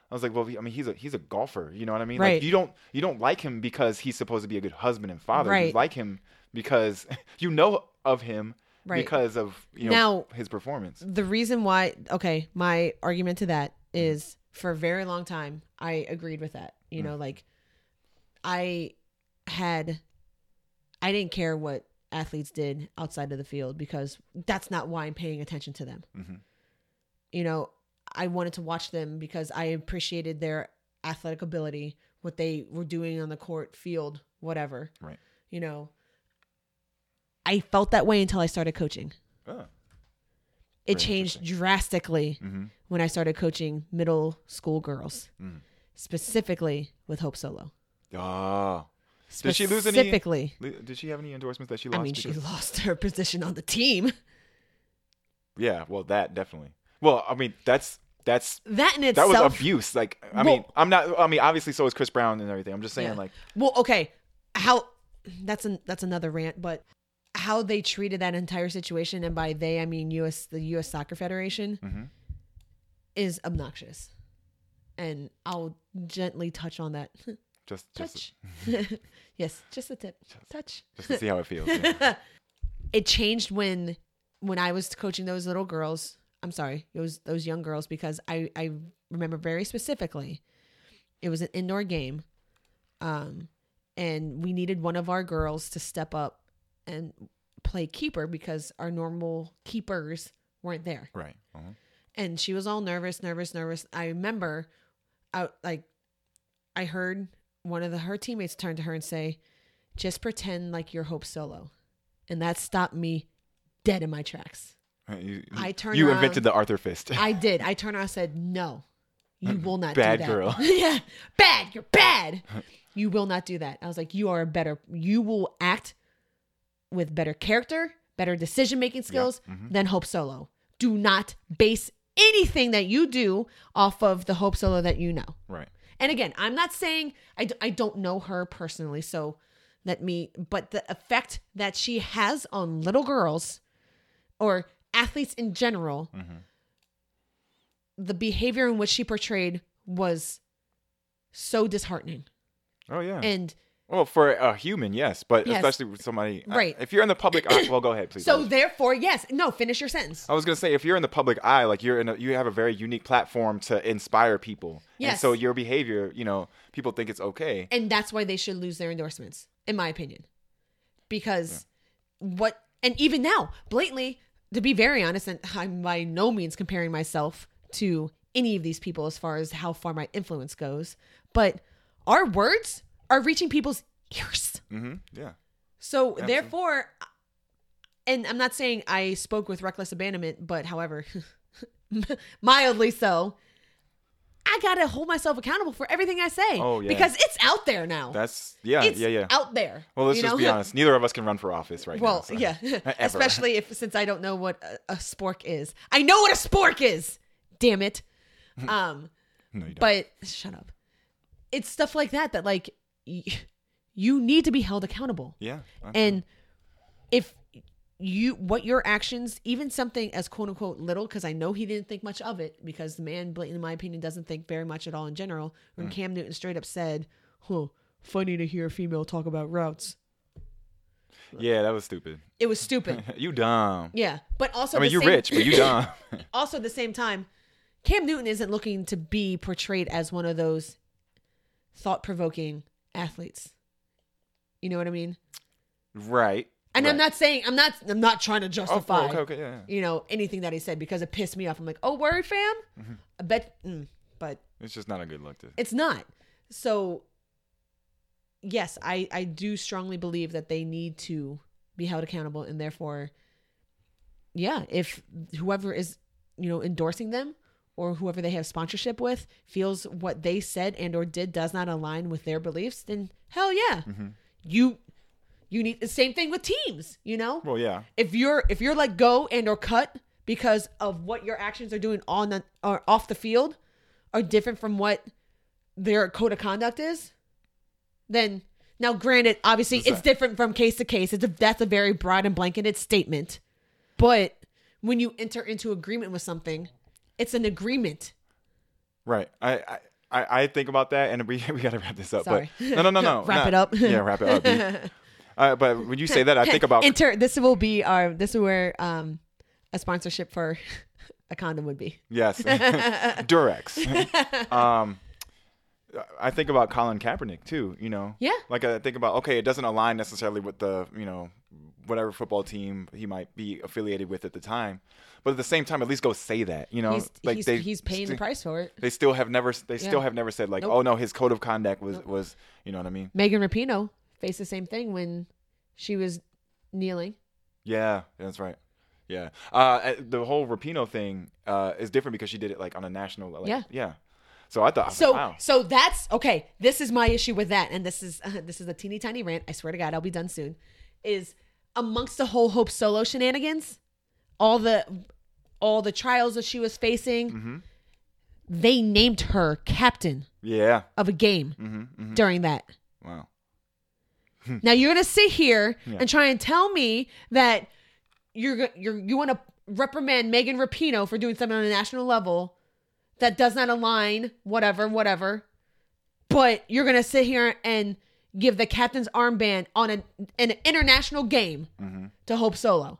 I was like, well, he- I mean, he's a he's a golfer. You know what I mean? Right. Like, you don't you don't like him because he's supposed to be a good husband and father. You Right. like him because [LAUGHS] you know of him Right. because of you know Now- his performance. the reason why okay my argument to that is for a very long time i agreed with that you know like i had i didn't care what athletes did outside of the field because that's not why i'm paying attention to them Mhm. you know i wanted to watch them because i appreciated their athletic ability what they were doing on the court field whatever Right. you know i felt that way until i started coaching Oh. it Very changed drastically Mm-hmm. when I started coaching middle school girls, Mhm. specifically with Hope Solo. Oh. Did she Specifically, lose any- Specifically, Le- Did she have any endorsements that she I lost? mean, she because- lost her [LAUGHS] position on the team. yeah. Well, that definitely. Well, I mean, that's that's That in that itself. was abuse. Like, I mean, Well- I'm not. I mean, obviously, so is Chris Brown and everything. I'm just saying, Yeah. like, well, okay, how? That's an that's another rant, but how they treated that entire situation, and by they I mean U.S. the U.S. Soccer Federation, Mhm. is obnoxious, and I'll gently touch on that. [LAUGHS] just just touch. [LAUGHS] yes, just a tip. touch. just to see how it feels. yeah. [LAUGHS] it changed when when I was coaching those little girls. I'm sorry, those those young girls because I I remember very specifically. It was an indoor game, um, and we needed one of our girls to step up and play keeper because our normal keepers weren't there Right. Uh-huh. and she was all nervous, nervous, nervous. I remember, I like, I heard one of the, her teammates turn to her and say, "Just pretend like you're Hope Solo," and that stopped me dead in my tracks. Uh, You, I turned You around. invented the Arthur fist. [LAUGHS] I did. I turned around and said, "No, you will not Bad do that. girl. [LAUGHS] yeah, bad. You're bad. You will not do that." I was like, "You are a better. You will act with better character, better decision making skills Mm-hmm. than Hope Solo. Do not base anything that you do off of the Hope Solo that you know." right. And again, I'm not saying I, d- I don't know her personally, so let me, but the effect that she has on little girls or athletes in general, the behavior in which she portrayed was so disheartening. Oh yeah. And well, for a human, yes, but Yes. especially with somebody. I- Right. if you're in the public eye, well, go ahead, please. so, therefore, yes, no, finish your sentence. I was gonna say, if you're in the public eye, like you're in, a, you have a very unique platform to inspire people. And Yes. so your behavior, you know, people think it's okay. And that's why they should lose their endorsements, in my opinion. Because what, and even now, blatantly, to be very honest, and I'm by no means comparing myself to any of these people as far as how far my influence goes, but our words are reaching people's [LAUGHS] ears. Mm-hmm. Yeah. So therefore, and I'm not saying I spoke with reckless abandonment, but however, [LAUGHS] mildly so. I gotta hold myself accountable for everything I say. Oh, yeah. Because it's out there now That's yeah, it's yeah, yeah. out there. well, let's you just know? be [LAUGHS] honest. Neither of us can run for office right now. Well, so- yeah, [LAUGHS] Ever. [LAUGHS] especially if since I don't know what a, a spork is. I know what a spork is. [LAUGHS] Damn it. Um, No, you don't. but shut up. It's stuff like that that like y- you need to be held accountable. yeah. I- And if you what your actions, even something as quote unquote little, because I know he didn't think much of it, because the man, blatantly, in my opinion, doesn't think very much at all in general. Mm. When Cam Newton straight up said, "Huh, funny to hear a female talk about routes." yeah, that was stupid. [LAUGHS] It was stupid. you dumb. yeah, but also I mean, the you're same- rich, but you dumb. [LAUGHS] [LAUGHS] also at the same time, Cam Newton isn't looking to be portrayed as one of those thought-provoking athletes. You know what I mean? right. And I'm Right. not saying I'm not I'm not trying to Oh, justify. okay, okay, yeah. yeah. you know anything that he said because it pissed me off. I'm like, oh, word, fam. Mm-hmm. I bet, mm, but It's just not a good [LAUGHS] look to. it's not. So, yes, I I do strongly believe that they need to be held accountable, and therefore, yeah, if whoever is you know endorsing them or whoever they have sponsorship with feels what they said and or did does not align with their beliefs, then hell yeah, you you need the same thing with teams, you know Well, yeah. if you're if you're let go and or cut because of what your actions are doing on the or off the field are different from what their code of conduct is, then now granted, obviously it's different from case to case. It's a, that's a very broad and blanketed statement, but when you enter into agreement with something, it's an agreement. Right. I, I I, I think about that, and we [LAUGHS] we gotta wrap this up. Sorry. But no, no, no, no. [LAUGHS] Wrap nah. it up. yeah, wrap [LAUGHS] it up. B. Uh, but when you say that, I think about Enter. This will be our. This is where um, a sponsorship for [LAUGHS] a condom would be. [LAUGHS] yes, Durex. um, I think about Colin Kaepernick too. You know. Yeah. Like I think about okay, it doesn't align necessarily with the you know whatever football team he might be affiliated with at the time, but at the same time, at least go say that. You know, He's like he's, they he's paying the st- price for it. They still have never. They still Yeah. have never said like, Nope. oh no, his code of conduct was was. You know what I mean? Megan Rapinoe faced the same thing when she was kneeling. Yeah, that's right. Yeah, uh, uh, the whole Rapino thing uh, is different because she did it like on a national. Like, Yeah. yeah. So I thought, So wow. so that's okay. This is my issue with that, and this is [LAUGHS] this is a teeny tiny rant. I swear to God, I'll be done soon. Is amongst the whole Hope Solo shenanigans, all the all the trials that she was facing, they named her captain Yeah. of a game during that. Wow. Now you're gonna sit here Yeah. and try and tell me that you're go- you're you want to reprimand Megan Rapinoe for doing something on a national level that does not align, whatever, whatever. But you're gonna sit here and give the captain's armband on a, an international game Mm-hmm. to Hope Solo.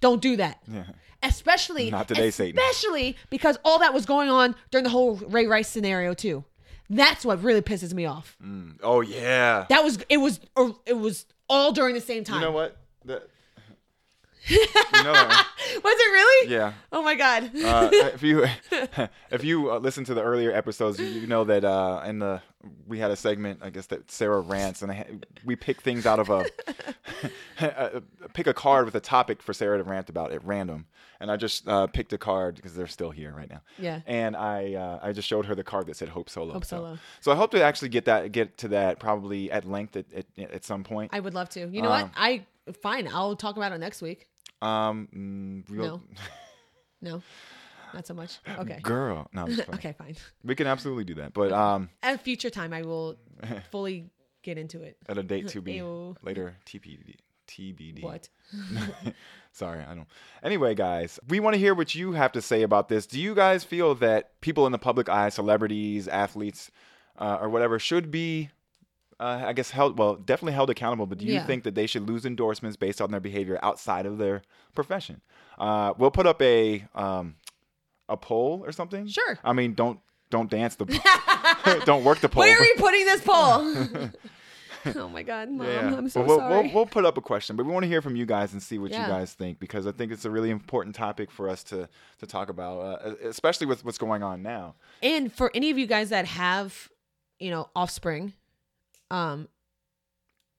Don't do that. Yeah. Especially Not today, Satan. Especially because all that was going on during the whole Ray Rice scenario too. That's what really pisses me off. Mm. [LAUGHS] Oh yeah. That was it was it was all during the same time. You know what? That- [LAUGHS] you know that. [LAUGHS] Was it really? Yeah. Oh my god. Uh, if you [LAUGHS] if you uh, listen to the earlier episodes, you, you know that uh, in the we had a segment, I guess that Sarah rants, and I, ha- we pick things out of a, [LAUGHS] a- a- pick a card with a topic for Sarah to rant about at random, and I just uh, picked a card because they're still here right now. Yeah. And I uh, I just showed her the card that said Hope Solo. Hope So- Solo. So, I hope to actually get that get to that probably at length at at, at some point. I would love to. You know what? Um, I fine. I'll talk about it next week. um, mm, we'll- No. [LAUGHS] No, not so much. Okay. [LAUGHS] girl, no, it's fine. Okay, fine. we can absolutely do that, but um. At a future time, I [LAUGHS] will fully get into it. at a date to be Ew. later TPD TBD. [LAUGHS] What? Sorry, I don't. Anyway, guys, we want to hear what you have to say about this. Do you guys feel that people in the public eye, celebrities, athletes, uh, or whatever, should be, uh, I guess, held well, definitely held accountable? But do you Yeah. think that they should lose endorsements based on their behavior outside of their profession? Uh, we'll put up a um, a poll or something. Sure. I mean, don't don't dance [LAUGHS] the don't work the poll. Where [LAUGHS] are we putting this poll? [LAUGHS] oh my god, mom, I'm so But we'll, sorry. We'll, we'll put up a question, but we want to hear from you guys and see what Yeah. you guys think because I think it's a really important topic for us to to talk about, uh, especially with what's going on now. and for any of you guys that have you know offspring um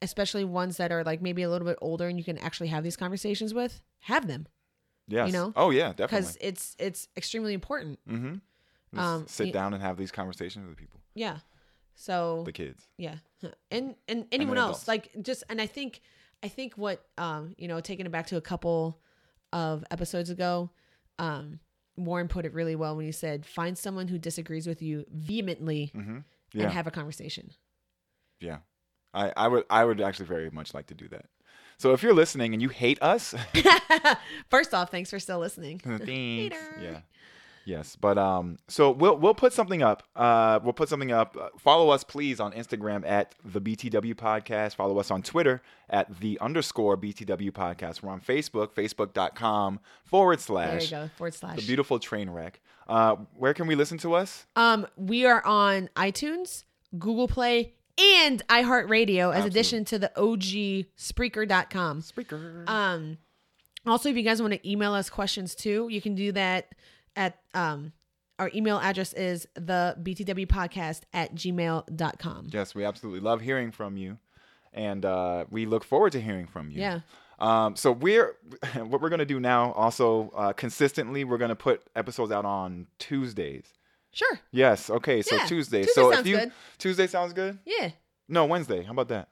especially ones that are like maybe a little bit older and you can actually have these conversations with have them Yes. know? oh yeah, definitely. because it's it's extremely important Mm-hmm. Just um, sit y- down and have these conversations with people, yeah so the kids. yeah and and anyone then else adults. like just and i think i think what um you know taking it back to a couple of episodes ago um warren put it really well when he said find someone who disagrees with you vehemently Mm-hmm. Yeah. and have a conversation yeah. I, I would I would actually very much like to do that. So if you're listening and you hate us, [LAUGHS] First off, thanks for still [LAUGHS] listening. Thanks. Later. Yeah. Yes, but um, so we'll we'll put something up. Uh, we'll put something up. Uh, follow us, please, on Instagram at the BTW Podcast. Follow us on Twitter at the underscore BTW Podcast. We're on Facebook, facebook.com forward There you slash go. Forward slash. the beautiful train wreck. Uh, where can we listen to us? um, we are on iTunes, Google Play, and iHeartRadio, as addition to the OG Spreaker.com. Speaker. Um, also, if you guys want to email us questions too, you can do that at um, our email address is the BTW podcast at gmail.com. yes, we absolutely love hearing from you, and uh, we look forward to hearing from you. Yeah. Um, so we're [LAUGHS] what we're gonna do now. Also, uh, consistently, we're gonna put episodes out on Tuesdays. Sure. Yes. Okay. So Yeah, Tuesday. Tuesday So if sounds you good. Tuesday sounds good. Yeah. No, Wednesday. How about [LAUGHS] that?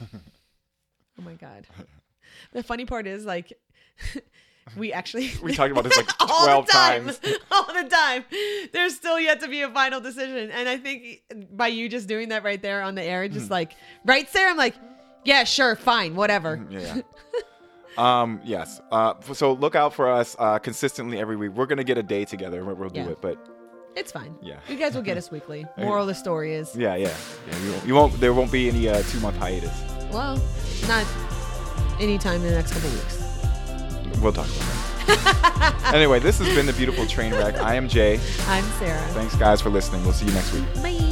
Oh my god. The funny part is like [LAUGHS] we actually We talked about this, like, [LAUGHS] all 12 the time, times. [LAUGHS] all the time. There's still yet to be a final decision, and I think by you just doing that right there on the air, just Mm-hmm. like right there, I'm like, yeah, sure, fine, whatever. Yeah. um. Yes. Uh. f- So look out for us uh, consistently every week. We're gonna get a day together where we'll do Yeah. it, but It's fine. Yeah. You guys will get [LAUGHS] us weekly. Moral of the story is Yeah, yeah. yeah you, won't, you won't. There won't be any uh, two month hiatus. well, not anytime in the next couple weeks. We'll talk about that. anyway, this has been the beautiful train wreck. I am Jay. I'm Sarah. Thanks, guys, for listening. We'll see you next week. Bye.